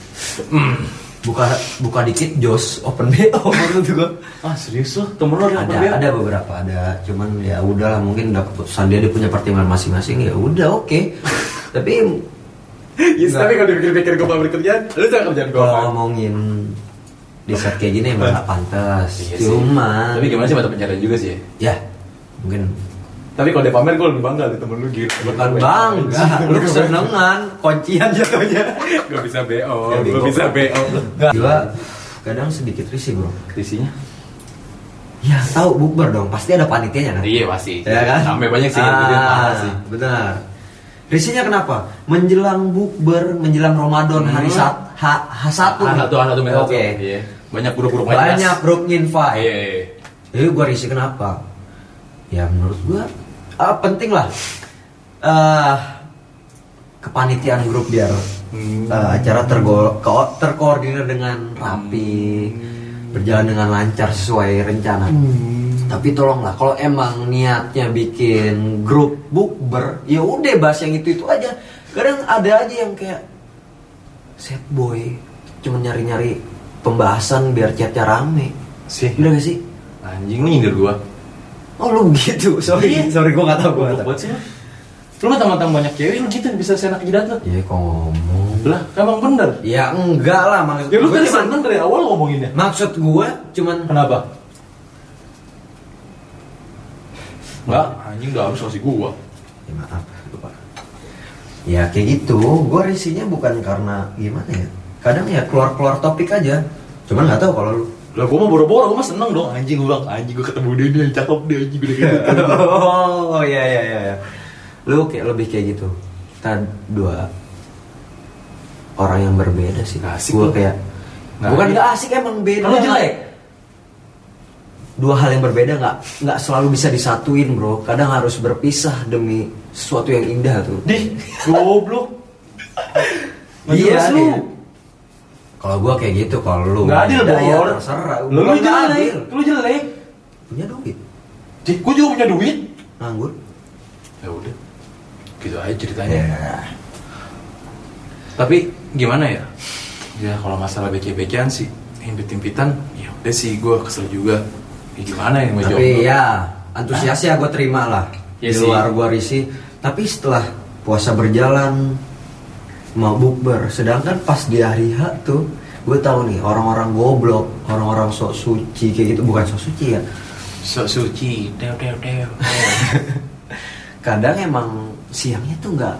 [SPEAKER 2] buka buka dikit jos open bo menurut gua
[SPEAKER 1] Ah serius lu? Temen lu
[SPEAKER 2] ada
[SPEAKER 1] open
[SPEAKER 2] ada beberapa ada cuman ya udahlah mungkin udah keputusan dia dia punya pertimbangan masing-masing ya udah oke tapi
[SPEAKER 1] Yes, tapi kalau dipikir-pikir gue pamer kerjaan, lu jangan kerjaan Iya gue
[SPEAKER 2] kalau ngomongin di saat kayak gini emang gak pantas iya cuman
[SPEAKER 1] Iya Tapi gimana sih mata pencarian juga sih ya?
[SPEAKER 2] ya mungkin
[SPEAKER 1] Tapi kalau dia pamer gue lebih bangga di temen lu gitu
[SPEAKER 2] bukan bangga Iya, lu kesenengan kuncian jatuhnya
[SPEAKER 1] Gak bisa BO,
[SPEAKER 2] Ya,
[SPEAKER 1] gue
[SPEAKER 2] bingung.
[SPEAKER 1] bisa BO
[SPEAKER 2] gila kadang sedikit risih bro
[SPEAKER 1] Isinya?
[SPEAKER 2] ya tahu bukber dong pasti ada panitianya kan
[SPEAKER 1] Iya pasti
[SPEAKER 2] ya kan
[SPEAKER 1] Sampai banyak sih yang bikin parah
[SPEAKER 2] ah,
[SPEAKER 1] sih
[SPEAKER 2] benar risihnya kenapa menjelang bukber menjelang Ramadan hari
[SPEAKER 1] Hmm.
[SPEAKER 2] sat H-
[SPEAKER 1] Ah,
[SPEAKER 2] H1 nih.
[SPEAKER 1] Satu, ah, satu, ah, satu
[SPEAKER 2] oke
[SPEAKER 1] Iya. Banyak buruk-buruk
[SPEAKER 2] banyak
[SPEAKER 1] Iya,
[SPEAKER 2] bro invite
[SPEAKER 1] iya, iya
[SPEAKER 2] Jadi gue risih kenapa? Ya menurut gue ah, penting lah eh kepanitiaan grup biar
[SPEAKER 1] Hmm.
[SPEAKER 2] eh, acara tergo ko- terkoordinir dengan rapi,
[SPEAKER 1] Hmm.
[SPEAKER 2] berjalan dengan lancar sesuai rencana. Tapi tolonglah kalau emang niatnya bikin grup bukber, ya udah bahas yang itu itu aja. Kadang ada aja yang kayak set boy cuman nyari-nyari pembahasan biar chatnya rame
[SPEAKER 1] Sih.
[SPEAKER 2] bener gak sih
[SPEAKER 1] Anjing lu nyindir gua.
[SPEAKER 2] oh lu begitu sorry
[SPEAKER 1] Iya.
[SPEAKER 2] sorry gua gak tau gua
[SPEAKER 1] Goblok
[SPEAKER 2] gak tau
[SPEAKER 1] banget sih. lu. Lu mah teman-teman banyak cewek lu gitu bisa senak jidat lu.
[SPEAKER 2] iya kok ngomong
[SPEAKER 1] Lah, emang bener.
[SPEAKER 2] ya enggak lah maksud
[SPEAKER 1] Ya lu
[SPEAKER 2] gua
[SPEAKER 1] tadi
[SPEAKER 2] cuman-
[SPEAKER 1] mantan dari awal ngomonginnya.
[SPEAKER 2] maksud gua cuman
[SPEAKER 1] Kenapa? Enggak, anjing udah habis kasih gua.
[SPEAKER 2] ya maaf lupa ya kayak gitu gue risinya bukan karena gimana ya kadang ya keluar keluar topik aja cuman nggak tahu kalau lu
[SPEAKER 1] Lah gua mah boro-boro, gua mah seneng dong anjing gua bilang anjing gua ketemu dia dia yang cakep dia anjing gua udah kayak gitu.
[SPEAKER 2] oh iya iya iya iya. lu kayak lebih kayak gitu kita dua orang yang berbeda sih
[SPEAKER 1] Nggak asik
[SPEAKER 2] gue
[SPEAKER 1] lu.
[SPEAKER 2] kayak
[SPEAKER 1] Nggak
[SPEAKER 2] bukan
[SPEAKER 1] asik.
[SPEAKER 2] nggak asik emang beda
[SPEAKER 1] Kalau jelek?
[SPEAKER 2] dua hal yang berbeda nggak nggak selalu bisa disatuin bro kadang harus berpisah demi sesuatu yang indah tuh
[SPEAKER 1] Dih, goblok. Nggak
[SPEAKER 2] Iya,
[SPEAKER 1] jelas lu.
[SPEAKER 2] iya. Kalau gua kayak gitu, kalau lu
[SPEAKER 1] Enggak adil
[SPEAKER 2] beda,
[SPEAKER 1] dong.
[SPEAKER 2] ya terserah.
[SPEAKER 1] Lu lu
[SPEAKER 2] Bukan nggak
[SPEAKER 1] jelek,
[SPEAKER 2] adil.
[SPEAKER 1] lu jelek.
[SPEAKER 2] Punya duit,
[SPEAKER 1] Dih, gua juga punya duit.
[SPEAKER 2] nganggur.
[SPEAKER 1] Ya udah. Gitu aja ceritanya.
[SPEAKER 2] Ya.
[SPEAKER 1] Tapi gimana ya? Ya kalau masalah becek-becekan sih, impit-impitan, ya udah sih gua kesel juga. Ya gimana yang gua
[SPEAKER 2] Tapi ya antusiasnya gua terima lah.
[SPEAKER 1] Iya
[SPEAKER 2] Di
[SPEAKER 1] sih.
[SPEAKER 2] luar gua risih. Tapi setelah puasa berjalan mau bukber, sedangkan pas di hari H tuh gue tahu nih orang-orang goblok, orang-orang sok suci kayak gitu bukan sok suci ya.
[SPEAKER 1] Sok suci, deo deo deo.
[SPEAKER 2] Kadang emang siangnya tuh nggak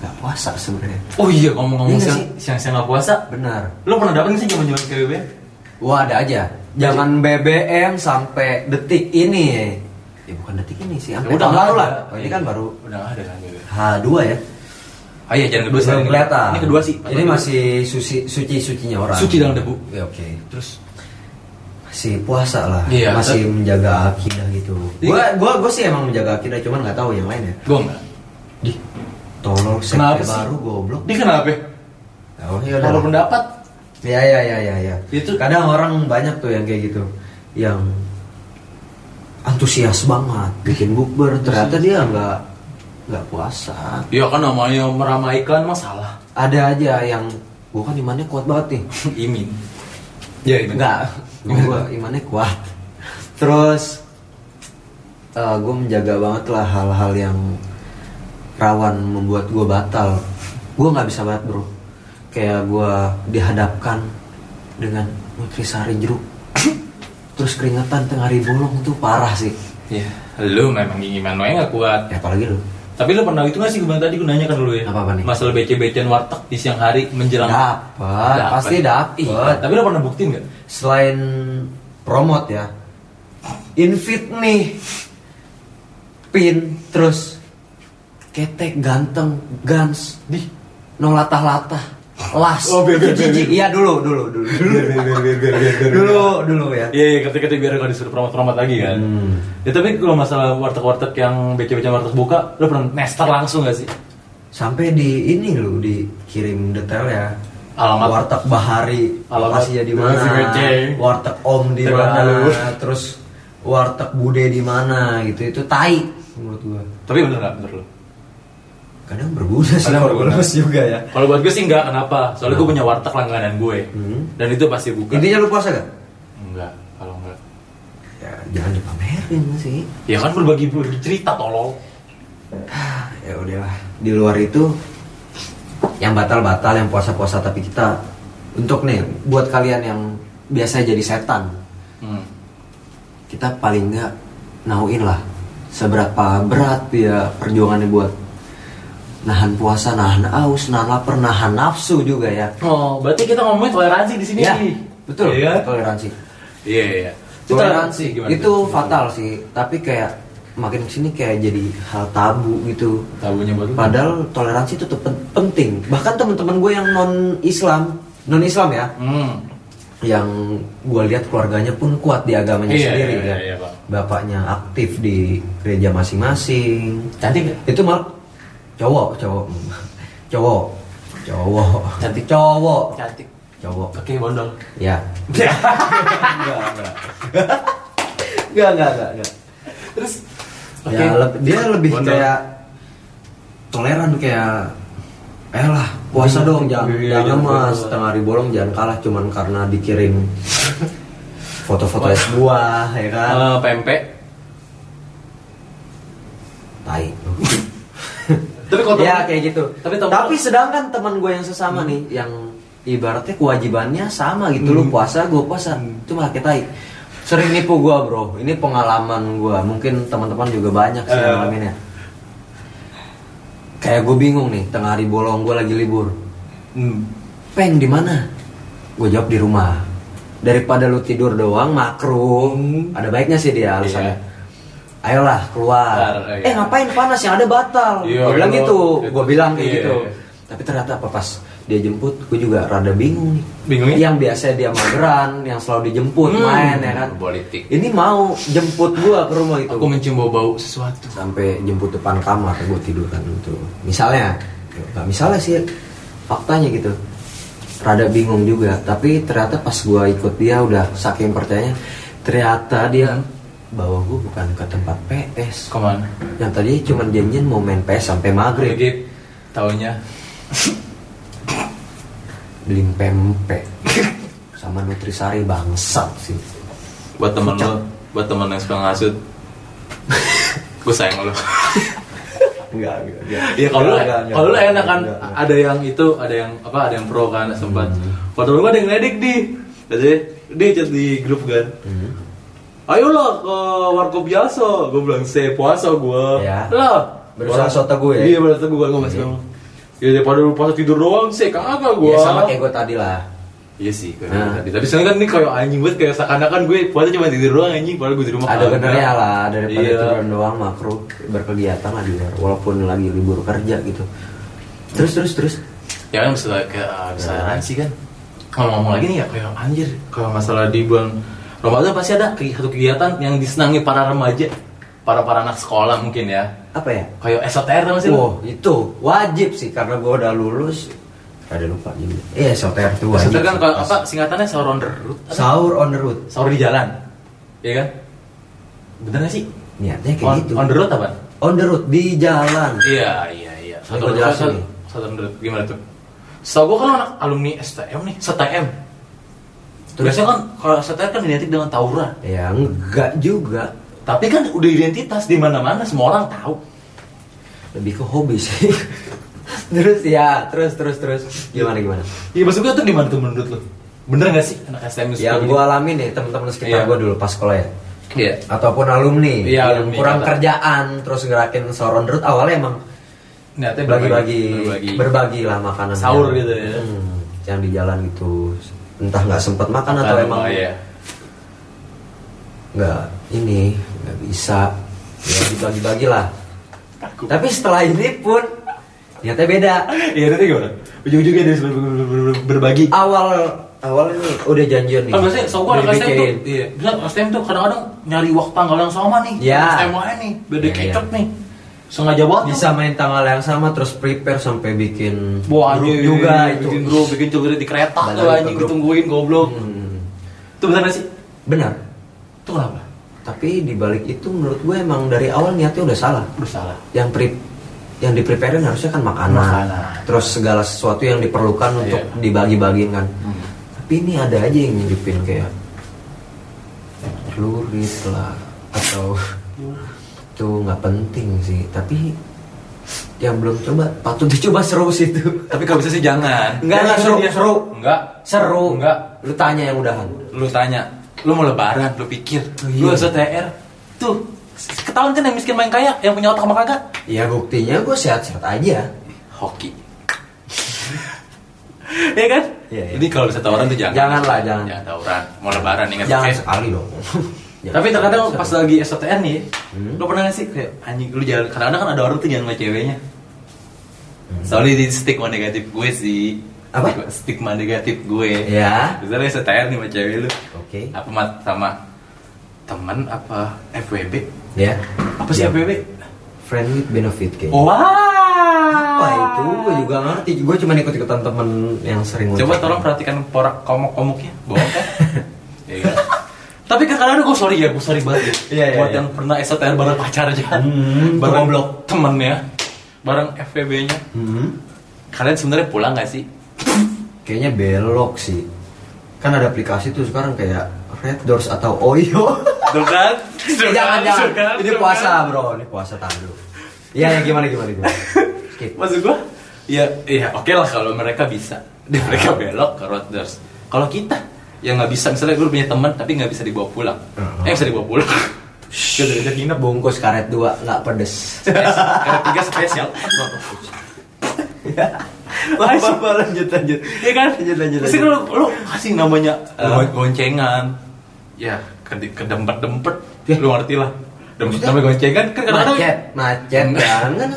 [SPEAKER 2] nggak puasa sebenarnya.
[SPEAKER 1] oh iya ngomong-ngomong
[SPEAKER 2] Iya
[SPEAKER 1] siang,
[SPEAKER 2] nggak
[SPEAKER 1] siang siang nggak puasa.
[SPEAKER 2] Benar.
[SPEAKER 1] Lo pernah dapet nggak sih zaman zaman KBB?
[SPEAKER 2] Wah ada aja.
[SPEAKER 1] Iya.
[SPEAKER 2] Jangan BBM sampai detik ini. Ya bukan detik ini sih, sampai
[SPEAKER 1] ya.
[SPEAKER 2] tahun baru lah. Oh, ini kan baru
[SPEAKER 1] Udah nggak ada kan gitu.
[SPEAKER 2] H2 ya.
[SPEAKER 1] Ah iya jangan kedua sih.
[SPEAKER 2] Belum kelihatan.
[SPEAKER 1] Ini kedua sih. pas
[SPEAKER 2] Ini
[SPEAKER 1] kedua.
[SPEAKER 2] masih suci suci sucinya orang.
[SPEAKER 1] Suci dalam debu.
[SPEAKER 2] Ya oke.
[SPEAKER 1] Terus
[SPEAKER 2] Masih puasa lah.
[SPEAKER 1] Iya,
[SPEAKER 2] masih
[SPEAKER 1] tet-
[SPEAKER 2] menjaga akidah gitu.
[SPEAKER 1] Iya.
[SPEAKER 2] Gua gua gua sih emang menjaga akidah, cuman nggak tahu yang lain ya.
[SPEAKER 1] gue nggak.
[SPEAKER 2] Di tolong
[SPEAKER 1] Kenapa
[SPEAKER 2] sekte
[SPEAKER 1] sih?
[SPEAKER 2] baru goblok.
[SPEAKER 1] Dia kenapa?
[SPEAKER 2] Oh, ya
[SPEAKER 1] Kalau pendapat
[SPEAKER 2] Ya ya ya ya ya.
[SPEAKER 1] Itu-
[SPEAKER 2] kadang orang banyak tuh yang kayak gitu, yang antusias banget bikin bukber ternyata dia nggak nggak puasa.
[SPEAKER 1] Ya kan namanya meramaikan masalah
[SPEAKER 2] Ada aja yang gua kan imannya kuat banget nih.
[SPEAKER 1] Imin Ya imin
[SPEAKER 2] Enggak, gua imannya kuat. Terus eh gua menjaga banget lah hal-hal yang rawan membuat gua batal. Gua nggak bisa banget bro. Kayak gua dihadapkan dengan nutrisari jeruk. Terus keringetan tengah hari bolong tuh parah sih.
[SPEAKER 1] Ya Lu memang iman lo nggak kuat
[SPEAKER 2] Ya, apalagi lu.
[SPEAKER 1] Tapi lu pernah itu nggak sih kemarin tadi gue nanya kan lu ya
[SPEAKER 2] Apa-apa nih?
[SPEAKER 1] Masalah bece-becean warteg di siang hari menjelang
[SPEAKER 2] Dapat, pasti dapat.
[SPEAKER 1] Iya, Tapi lu pernah buktiin nggak?
[SPEAKER 2] Selain promote ya, invite nih, pin terus ketek ganteng gans
[SPEAKER 1] Di
[SPEAKER 2] no latah latah las
[SPEAKER 1] Oh, biar, biar, biar,
[SPEAKER 2] Jijik. iya dulu dulu dulu dulu dulu dulu ya
[SPEAKER 1] Iya, iya, ketika biar gak disuruh promot-promot lagi kan
[SPEAKER 2] Hmm.
[SPEAKER 1] Ya tapi kalau masalah warteg-warteg yang bece-becean warteg buka Lu pernah nester langsung gak sih?
[SPEAKER 2] sampai di ini lu dikirim detail ya
[SPEAKER 1] Alamat.
[SPEAKER 2] warteg bahari
[SPEAKER 1] Alamat.
[SPEAKER 2] lokasinya di mana
[SPEAKER 1] Lokasi beceng.
[SPEAKER 2] warteg om di
[SPEAKER 1] Tekan
[SPEAKER 2] mana
[SPEAKER 1] dulu.
[SPEAKER 2] terus warteg bude di mana gitu itu tai menurut gua
[SPEAKER 1] Tapi bener gak menurut lu?
[SPEAKER 2] kadang berguna sih
[SPEAKER 1] Kadang
[SPEAKER 2] kalau
[SPEAKER 1] berguna.
[SPEAKER 2] lemes juga ya
[SPEAKER 1] Kalau buat gue sih enggak, kenapa? Soalnya gue punya warteg langganan gue
[SPEAKER 2] Hmm.
[SPEAKER 1] Dan itu pasti buka
[SPEAKER 2] intinya lu puasa gak?
[SPEAKER 1] Enggak, kalau enggak
[SPEAKER 2] ya jangan dipamerin sih
[SPEAKER 1] Ya kan berbagi, berbagi cerita tolol
[SPEAKER 2] ya udahlah di luar itu yang batal-batal yang puasa-puasa tapi kita untuk nih buat kalian yang biasa jadi setan
[SPEAKER 1] hmm.
[SPEAKER 2] kita paling nggak nauin lah seberapa berat ya perjuangannya buat nahan puasa nahan aus nahan lapar nahan nafsu juga ya
[SPEAKER 1] Oh, berarti kita ngomongin toleransi di sini
[SPEAKER 2] ya
[SPEAKER 1] nih.
[SPEAKER 2] betul
[SPEAKER 1] Iya kan?
[SPEAKER 2] toleransi
[SPEAKER 1] Iya, iya. Itu
[SPEAKER 2] toleransi
[SPEAKER 1] gimana?
[SPEAKER 2] itu fatal sih tapi kayak makin kesini kayak jadi hal tabu gitu
[SPEAKER 1] Tabunya baru.
[SPEAKER 2] Padahal toleransi itu tetap pen- penting. Bahkan teman-teman gue yang non Islam, non Islam ya,
[SPEAKER 1] Hmm.
[SPEAKER 2] yang gue lihat keluarganya pun kuat di agamanya
[SPEAKER 1] Iya,
[SPEAKER 2] sendiri
[SPEAKER 1] iya,
[SPEAKER 2] ya.
[SPEAKER 1] iya, Pak.
[SPEAKER 2] Bapaknya aktif di gereja masing-masing.
[SPEAKER 1] Cantik nggak?
[SPEAKER 2] Itu mal cowok, cowok, cowok, cowok,
[SPEAKER 1] Cantik.
[SPEAKER 2] cowok,
[SPEAKER 1] Cantik.
[SPEAKER 2] cowok.
[SPEAKER 1] Oke, bondol.
[SPEAKER 2] Ya. enggak, enggak. enggak, enggak, enggak, enggak.
[SPEAKER 1] Terus
[SPEAKER 2] Ya, leb- dia lebih
[SPEAKER 1] Bondol.
[SPEAKER 2] kayak toleran kayak Eh lah, puasa dong jangan,
[SPEAKER 1] Iya,
[SPEAKER 2] jangan
[SPEAKER 1] jangan
[SPEAKER 2] mas
[SPEAKER 1] puasa.
[SPEAKER 2] setengah ribu bolong jangan kalah cuman karena dikirim foto-foto es buah ya kan.
[SPEAKER 1] Eh, pempek.
[SPEAKER 2] Tai.
[SPEAKER 1] Tapi kalau
[SPEAKER 2] ya
[SPEAKER 1] temen-
[SPEAKER 2] kayak gitu.
[SPEAKER 1] Tapi
[SPEAKER 2] Tapi,
[SPEAKER 1] temen- Hmm.
[SPEAKER 2] sedangkan teman gue yang sesama nih yang ibaratnya kewajibannya sama gitu
[SPEAKER 1] Hmm.
[SPEAKER 2] lu puasa gue puasa itu malah kayak tai. Sering nipu gue bro. Ini pengalaman gue. Mungkin teman-teman juga banyak sih
[SPEAKER 1] Eh.
[SPEAKER 2] yang ngalaminnya. Kayak gue bingung nih tengah hari bolong gue lagi libur.
[SPEAKER 1] Hmm.
[SPEAKER 2] Peng di mana? Gue jawab di rumah. Daripada lu tidur doang makro. Ada baiknya sih dia alasannya. Ayolah keluar.
[SPEAKER 1] Iya. Keluar, iya.
[SPEAKER 2] Eh ngapain panas yang ada batal.
[SPEAKER 1] Iya,
[SPEAKER 2] gue bilang
[SPEAKER 1] iya.
[SPEAKER 2] gitu. Gue bilang kayak
[SPEAKER 1] Iya.
[SPEAKER 2] gitu. Tapi ternyata apa pas dia jemput, gue juga rada bingung nih.
[SPEAKER 1] Bingungnya?
[SPEAKER 2] Yang biasanya dia mageran, yang selalu dijemput
[SPEAKER 1] Hmm,
[SPEAKER 2] main ya kan.
[SPEAKER 1] politik.
[SPEAKER 2] Ini mau jemput gua ke rumah itu
[SPEAKER 1] Aku mencium bau-bau sesuatu.
[SPEAKER 2] sampai jemput depan kamar gue tidur kan itu misalnya nggak misalnya sih faktanya gitu rada bingung juga tapi ternyata pas gue ikut dia udah saking percayanya ternyata dia bawa gue bukan ke tempat PS
[SPEAKER 1] Kemana?
[SPEAKER 2] yang tadi cuman janjian mau main PS sampai maghrib
[SPEAKER 1] Gip. Taunya.
[SPEAKER 2] beli pempek sama nutrisari bangsat sih
[SPEAKER 1] Buat temen lo. Buat temen yang suka ngasut. Gue sayang lo.
[SPEAKER 2] enggak enggak
[SPEAKER 1] Iya kalau lu kalau lu enak kan ada yang itu ada yang apa ada yang pro kan sempat.
[SPEAKER 2] Hmm.
[SPEAKER 1] Kalau temen gue ada yang ngedek di, jadi dia chat di grup kan. Ayo lah ke warkop biasa, gue bilang saya puasa gue.
[SPEAKER 2] Ya.
[SPEAKER 1] Lah.
[SPEAKER 2] Berusaha
[SPEAKER 1] Orang-
[SPEAKER 2] soto gue ya?
[SPEAKER 1] Iya berusaha gue gue masih ngomong. Ya daripada lu puasa tidur doang sih, kagak gue.
[SPEAKER 2] ya sama kayak gue tadi lah
[SPEAKER 1] Iya sih, gue
[SPEAKER 2] Nah.
[SPEAKER 1] tadi. Tapi sekarang kan ini kayak anjing banget, kayak seakan-akan gue puasa cuma tidur doang anjing, padahal gue di rumah.
[SPEAKER 2] ada
[SPEAKER 1] kagak.
[SPEAKER 2] benernya lah daripada
[SPEAKER 1] Iya.
[SPEAKER 2] itu doang makro berkegiatan lah di luar walaupun lagi libur kerja gitu terus terus terus
[SPEAKER 1] ya kan bisa kayak ah, bisa sih kan ngomong-ngomong lagi nih ya kayak anjir kalau masalah di bulan Ramadan pasti ada ke- satu kegiatan yang disenangi para remaja para para anak sekolah mungkin ya
[SPEAKER 2] apa ya
[SPEAKER 1] kayak SOTR tau gak sih
[SPEAKER 2] wow itu wajib sih karena gua udah lulus ada lupa juga iya soter tuh wajib
[SPEAKER 1] SOTR kan
[SPEAKER 2] sih.
[SPEAKER 1] kalau apa singkatannya sahur on the road apa?
[SPEAKER 2] sahur on the road
[SPEAKER 1] sahur di jalan iya kan bener gak sih
[SPEAKER 2] niatnya kayak
[SPEAKER 1] on,
[SPEAKER 2] gitu
[SPEAKER 1] on the road apa
[SPEAKER 2] on the road di jalan
[SPEAKER 1] iya iya iya
[SPEAKER 2] Ini gua jelasin
[SPEAKER 1] satu,
[SPEAKER 2] nih.
[SPEAKER 1] satu on the road gimana tuh setahu gue kan anak alumni STM nih STM
[SPEAKER 2] Terus?
[SPEAKER 1] biasanya kan kalau STR kan identik dengan tawuran
[SPEAKER 2] ya enggak juga
[SPEAKER 1] Tapi kan udah identitas di mana-mana semua orang tahu.
[SPEAKER 2] lebih ke hobi sih terus ya terus terus terus gimana gimana
[SPEAKER 1] Iya maksud gue tuh di mana tuh menurut lo? Bener gak sih anak STM itu suka
[SPEAKER 2] yang Ya, gua alamin nih teman-teman sekitar
[SPEAKER 1] gitu. Iya.
[SPEAKER 2] gua dulu pas sekolah ya
[SPEAKER 1] gitu? Iya.
[SPEAKER 2] ataupun alumni
[SPEAKER 1] Iya,
[SPEAKER 2] yang
[SPEAKER 1] alumni,
[SPEAKER 2] kurang
[SPEAKER 1] kata.
[SPEAKER 2] kerjaan terus gerakin sahur on the road awalnya emang
[SPEAKER 1] Niatnya
[SPEAKER 2] berbagi-bagi
[SPEAKER 1] berbagi.
[SPEAKER 2] berbagi lah makanan
[SPEAKER 1] Sahur gitu ya.
[SPEAKER 2] Hmm, yang di jalan gitu entah nggak sempet makan atau
[SPEAKER 1] Tanpa,
[SPEAKER 2] emang
[SPEAKER 1] ya.
[SPEAKER 2] nggak ini nggak bisa ya dibagi-bagi lah
[SPEAKER 1] Takut.
[SPEAKER 2] tapi setelah ini pun niatnya beda
[SPEAKER 1] Iya nanti gimana? Ujung-ujungnya dia ber- ber- ber- ber- berbagi.
[SPEAKER 2] awal awalnya nih udah janjian Ah, nih
[SPEAKER 1] Kan biasanya so gue anak STM tuh.
[SPEAKER 2] dibikin.
[SPEAKER 1] Iya. Bilang STM tuh kadang-kadang nyari waktu tanggal yang sama nih.
[SPEAKER 2] Iya.
[SPEAKER 1] STM lain nih. Beda
[SPEAKER 2] Iya,
[SPEAKER 1] kecap
[SPEAKER 2] iya.
[SPEAKER 1] nih. Sengaja banget. tuh.
[SPEAKER 2] bisa main tanggal yang sama terus prepare sampai bikin
[SPEAKER 1] Wah,
[SPEAKER 2] grup
[SPEAKER 1] anjing,
[SPEAKER 2] juga itu
[SPEAKER 1] iya, bikin grup, bikin cerita di kereta
[SPEAKER 2] Balik
[SPEAKER 1] tuh
[SPEAKER 2] ke
[SPEAKER 1] anjing
[SPEAKER 2] grup.
[SPEAKER 1] ditungguin goblok.
[SPEAKER 2] Hmm,
[SPEAKER 1] Itu bener gak sih?
[SPEAKER 2] benar
[SPEAKER 1] Itu kenapa?
[SPEAKER 2] Tapi dibalik itu menurut gue emang dari awal niatnya udah salah.
[SPEAKER 1] Udah salah.
[SPEAKER 2] Yang prep yang di harusnya kan makanan.
[SPEAKER 1] Makanan.
[SPEAKER 2] Terus segala sesuatu yang diperlukan untuk
[SPEAKER 1] Iya. Hmm.
[SPEAKER 2] dibagi-bagiin kan. Tapi ini ada aja yang nyelipin kayak lurit lah atau
[SPEAKER 1] Hmm.
[SPEAKER 2] itu nggak penting sih. Tapi yang belum coba patut dicoba seru sih itu.
[SPEAKER 1] Tapi kalau bisa sih jangan.
[SPEAKER 2] Enggak, enggak, seru, seru.
[SPEAKER 1] Enggak.
[SPEAKER 2] Seru.
[SPEAKER 1] Enggak.
[SPEAKER 2] Lu tanya yang udahan.
[SPEAKER 1] Lu tanya, lu mau lebaran, lu pikir,
[SPEAKER 2] Oh, iya.
[SPEAKER 1] lu STR. Tuh, ketahuan kan yang miskin main kayak, yang punya otak sama kagak.
[SPEAKER 2] Ya buktinya gue sehat-sehat aja.
[SPEAKER 1] Hoki. Iya kan?
[SPEAKER 2] Iya, iya.
[SPEAKER 1] Jadi kalau bisa tawuran tuh jangan.
[SPEAKER 2] Jangan lah, jangan.
[SPEAKER 1] Jangan tawuran. Mau lebaran ingat
[SPEAKER 2] Jangan
[SPEAKER 1] oke?
[SPEAKER 2] sekali dong.
[SPEAKER 1] Tapi terkadang pas lagi STR nih,
[SPEAKER 2] Hmm.
[SPEAKER 1] lu pernah gak sih kayak anjing lu jalan kadang-kadang kan ada orang tuh jalan sama ceweknya. Soalnya di stigma negatif gue sih.
[SPEAKER 2] Hmm. Apa?
[SPEAKER 1] Stigma negatif gue.
[SPEAKER 2] Ya.
[SPEAKER 1] Misalnya STR nih sama cewek lu.
[SPEAKER 2] Oke.
[SPEAKER 1] Apa mat sama temen apa FWB?
[SPEAKER 2] Ya.
[SPEAKER 1] Apa sih
[SPEAKER 2] Ya.
[SPEAKER 1] FWB?
[SPEAKER 2] Friend with benefit kayaknya.
[SPEAKER 1] Wah.
[SPEAKER 2] Oh. Apa itu? Gue juga ngerti. Gue cuma ikut-ikutan temen yang sering.
[SPEAKER 1] Coba
[SPEAKER 2] ngucapin.
[SPEAKER 1] tolong perhatikan porak komuk-komuknya. Bohong kan? Iya. kan? Tapi kadang-kadang gue sorry ya, gue sorry banget
[SPEAKER 2] Iya,
[SPEAKER 1] ya.
[SPEAKER 2] iya,
[SPEAKER 1] Buat
[SPEAKER 2] iya.
[SPEAKER 1] yang pernah STR bareng pacarnya,
[SPEAKER 2] Hmm,
[SPEAKER 1] ya. bareng blok temennya, bareng FVB-nya.
[SPEAKER 2] Hmm.
[SPEAKER 1] kalian sebenarnya pulang nggak sih?
[SPEAKER 2] Kayaknya belok sih. Kan ada aplikasi tuh sekarang kayak Red Doors atau Oyo.
[SPEAKER 1] Tuh kan?
[SPEAKER 2] Eh, jangan jangan. Ini puasa bro, ini puasa tahan dulu. Iya ya gimana gimana gimana. Skip.
[SPEAKER 1] Maksud gua, ya ya oke lah kalau mereka bisa, mereka
[SPEAKER 2] Ah.
[SPEAKER 1] belok ke Rodgers. Kalau kita yang nggak bisa, misalnya gue punya teman tapi nggak bisa dibawa pulang,
[SPEAKER 2] Hmm.
[SPEAKER 1] eh bisa dibawa pulang. Gue dari tadi nginep
[SPEAKER 2] Bungkus karet dua nggak pedes.
[SPEAKER 1] karena tiga spesial.
[SPEAKER 2] Apa apa lanjut lanjut.
[SPEAKER 1] Iya kan?
[SPEAKER 2] Lanjut lanjut.
[SPEAKER 1] Pasti
[SPEAKER 2] lanjut.
[SPEAKER 1] lu, lu kasih namanya uh,
[SPEAKER 2] Lu-
[SPEAKER 1] goncengan. Ya, kedi- kedempet-dempet.
[SPEAKER 2] Ya.
[SPEAKER 1] Lu ngerti lah. Dempet namanya goncengan kan kadang-kadang
[SPEAKER 2] Macet macet kan kan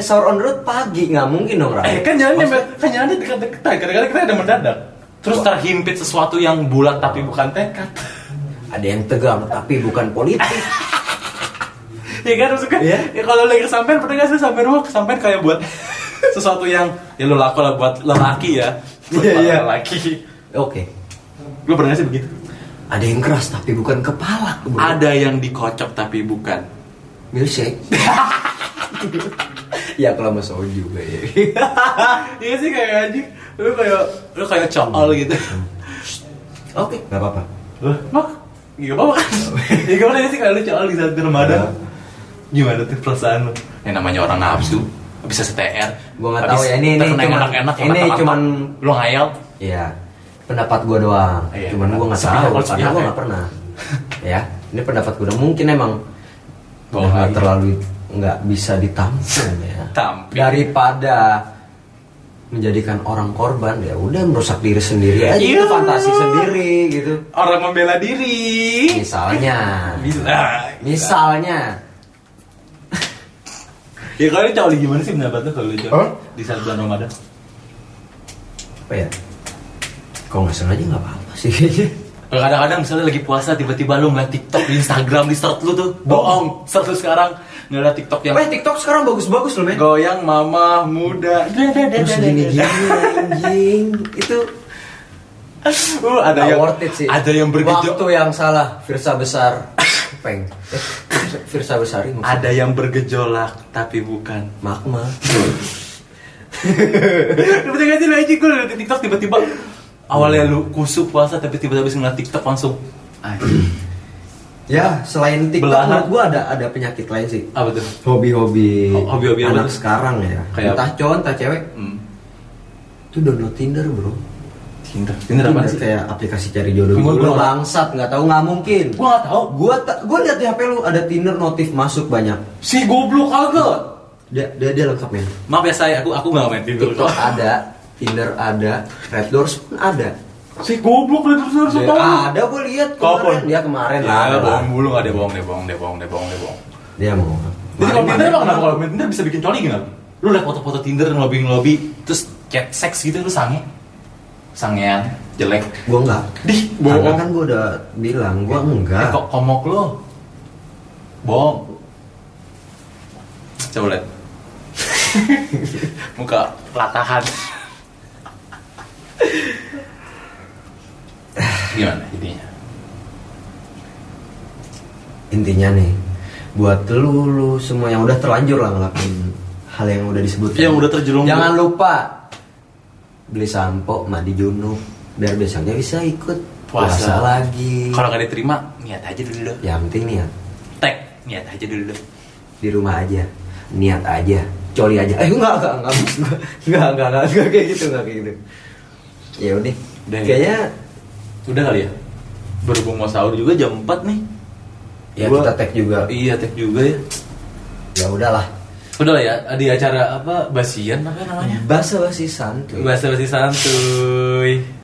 [SPEAKER 2] sahur on road pagi nggak mungkin dong Ram.
[SPEAKER 1] Eh kan jalannya kan jalannya dekat-dekat. Kadang-kadang kita ada mendadak. Terus terhimpit sesuatu yang bulat tapi bukan tekad.
[SPEAKER 2] Ada yang tegang tapi bukan politik.
[SPEAKER 1] ya kan maksudnya
[SPEAKER 2] Iya.
[SPEAKER 1] ya kalau lagi kesampean pernah gak sih sampai rumah kesampean kayak buat sesuatu yang ya lu laku lah buat lelaki ya buat
[SPEAKER 2] Iya,
[SPEAKER 1] para
[SPEAKER 2] iya.
[SPEAKER 1] lelaki
[SPEAKER 2] Oke.
[SPEAKER 1] lu pernah gak sih begitu
[SPEAKER 2] Ada yang keras tapi bukan kepala. bro.
[SPEAKER 1] ada yang dikocok tapi bukan
[SPEAKER 2] milkshake. ya kalau sama soju juga ya.
[SPEAKER 1] iya sih kayak anjing lu kayak lu kayak cokol gitu
[SPEAKER 2] Oke, nggak apa-apa.
[SPEAKER 1] Loh, mak gak apa-apa kan ya gimana sih kalau lu cokol di saat ramadan
[SPEAKER 2] Iya.
[SPEAKER 1] gimana tuh perasaan lu yang namanya orang nafsu bisa seter
[SPEAKER 2] Gua nggak tahu ya, ini- ini cuma-
[SPEAKER 1] enak-enak
[SPEAKER 2] ini
[SPEAKER 1] enak-enak.
[SPEAKER 2] cuman-
[SPEAKER 1] lu ngayal
[SPEAKER 2] Iya. Pendapat gua doang.
[SPEAKER 1] Iya,
[SPEAKER 2] Cuman gua nggak
[SPEAKER 1] sepihak
[SPEAKER 2] tahu
[SPEAKER 1] kalau
[SPEAKER 2] karena
[SPEAKER 1] sepihak
[SPEAKER 2] gua
[SPEAKER 1] ya.
[SPEAKER 2] nggak pernah. ya, ini pendapat gua doang. Mungkin emang
[SPEAKER 1] Bawah
[SPEAKER 2] nggak
[SPEAKER 1] lagi.
[SPEAKER 2] terlalu nggak bisa ditampung ya.
[SPEAKER 1] Tampil.
[SPEAKER 2] Daripada menjadikan orang korban ya udah merusak diri sendiri aja
[SPEAKER 1] Iya.
[SPEAKER 2] itu fantasi sendiri gitu
[SPEAKER 1] orang membela diri
[SPEAKER 2] misalnya
[SPEAKER 1] Bisa.
[SPEAKER 2] misalnya
[SPEAKER 1] Ya kalau cowok gimana sih pendapat lu kalau lu cowok
[SPEAKER 2] Hah?
[SPEAKER 1] di saat bulan Ramadan?
[SPEAKER 2] apa ya kalau nggak sengaja nggak apa-apa sih kayaknya
[SPEAKER 1] Kalau kadang-kadang misalnya lagi puasa tiba-tiba lu ngeliat TikTok di Instagram di start lu tuh bohong. Start lu sekarang ngeliat TikTok yang
[SPEAKER 2] Weh, Eh, TikTok sekarang bagus-bagus loh, men.
[SPEAKER 1] goyang mama muda.
[SPEAKER 2] Terus gini-gini anjing. Itu
[SPEAKER 1] Uh, ada
[SPEAKER 2] nggak
[SPEAKER 1] yang
[SPEAKER 2] worth it sih.
[SPEAKER 1] ada yang bergejolak
[SPEAKER 2] Waktu yang salah, Firsa besar. Peng. Eh, Firsa besari maksudnya.
[SPEAKER 1] ada yang bergejolak tapi bukan.
[SPEAKER 2] magma.
[SPEAKER 1] Betul gak sih lu aja gue ngeliat TikTok tiba-tiba awalnya lu kusuk puasa tapi tiba-tiba habis ngeliat TikTok langsung anjing.
[SPEAKER 2] Ya, selain TikTok
[SPEAKER 1] Belahan.
[SPEAKER 2] menurut gua ada ada penyakit lain sih.
[SPEAKER 1] Apa tuh?
[SPEAKER 2] Hobi-hobi
[SPEAKER 1] Ho- Oh, hobi-hobi apa
[SPEAKER 2] anak
[SPEAKER 1] tuh?
[SPEAKER 2] sekarang ya.
[SPEAKER 1] Kayak
[SPEAKER 2] entah
[SPEAKER 1] apa?
[SPEAKER 2] cowok entah cewek.
[SPEAKER 1] Hmm.
[SPEAKER 2] Itu download Tinder, Bro.
[SPEAKER 1] Tinder. Tinder apa sih?
[SPEAKER 2] kayak aplikasi cari jodoh
[SPEAKER 1] Gua-
[SPEAKER 2] gitu. Lu
[SPEAKER 1] gua-
[SPEAKER 2] bangsat, nggak tahu nggak mungkin.
[SPEAKER 1] Gua nggak tahu.
[SPEAKER 2] Gua ta- gua lihat di HP lu ada Tinder notif masuk banyak.
[SPEAKER 1] Si goblok kagak.
[SPEAKER 2] Dia dia, dia lengkap men.
[SPEAKER 1] Maaf ya saya, aku aku nggak main Tinder.
[SPEAKER 2] TikTok ada, Tinder ada, Red Doors pun ada.
[SPEAKER 1] Si goblok lu terus terus
[SPEAKER 2] Dia- ada gue lihat kemarin. Dia kemarin
[SPEAKER 1] ya,
[SPEAKER 2] lah. ada lah.
[SPEAKER 1] bohong mulu nggak ada bohong deh, bohong deh, bohong deh, bohong deh, bohong.
[SPEAKER 2] Dia mau.
[SPEAKER 1] Jadi kalau Tinder
[SPEAKER 2] Kemarin-
[SPEAKER 1] emang kenapa kalau main Tinder bisa bikin coli gimana? Lu liat foto-foto Tinder ngelobi ngelobi, terus chat seks gitu lu sange, sangean, jelek.
[SPEAKER 2] Gua enggak.
[SPEAKER 1] Dih,
[SPEAKER 2] Karena kan gue udah bilang gue
[SPEAKER 1] Eh,
[SPEAKER 2] enggak.
[SPEAKER 1] kok komok lu? Bohong. Coba lihat. Muka latahan. Gimana intinya?
[SPEAKER 2] Intinya nih, buat lu, lu semua yang udah terlanjur lah ngelakuin hal yang udah disebut.
[SPEAKER 1] Yang udah terjerumus.
[SPEAKER 2] Jangan lupa beli sampo, mandi junub, biar besoknya bisa ikut puasa, lagi. Ya.
[SPEAKER 1] Kalau nggak diterima, niat aja dulu.
[SPEAKER 2] Yang penting niat.
[SPEAKER 1] Tag, niat aja dulu.
[SPEAKER 2] di rumah aja niat aja coli aja eh enggak enggak enggak Bos. Gua- enggak enggak enggak, enggak kayak gitu enggak kayak gitu ya udah
[SPEAKER 1] Udah ya?
[SPEAKER 2] kayaknya
[SPEAKER 1] Udah kali ya? Berhubung mau sahur juga jam 4 nih.
[SPEAKER 2] ya
[SPEAKER 1] Gua-
[SPEAKER 2] kita tag juga
[SPEAKER 1] Iya, tag juga ya.
[SPEAKER 2] ya udahlah
[SPEAKER 1] Udah lah ya, di acara apa? Basian apa namanya?
[SPEAKER 2] Iya. basa basi santuy
[SPEAKER 1] Bahasa basi santuy.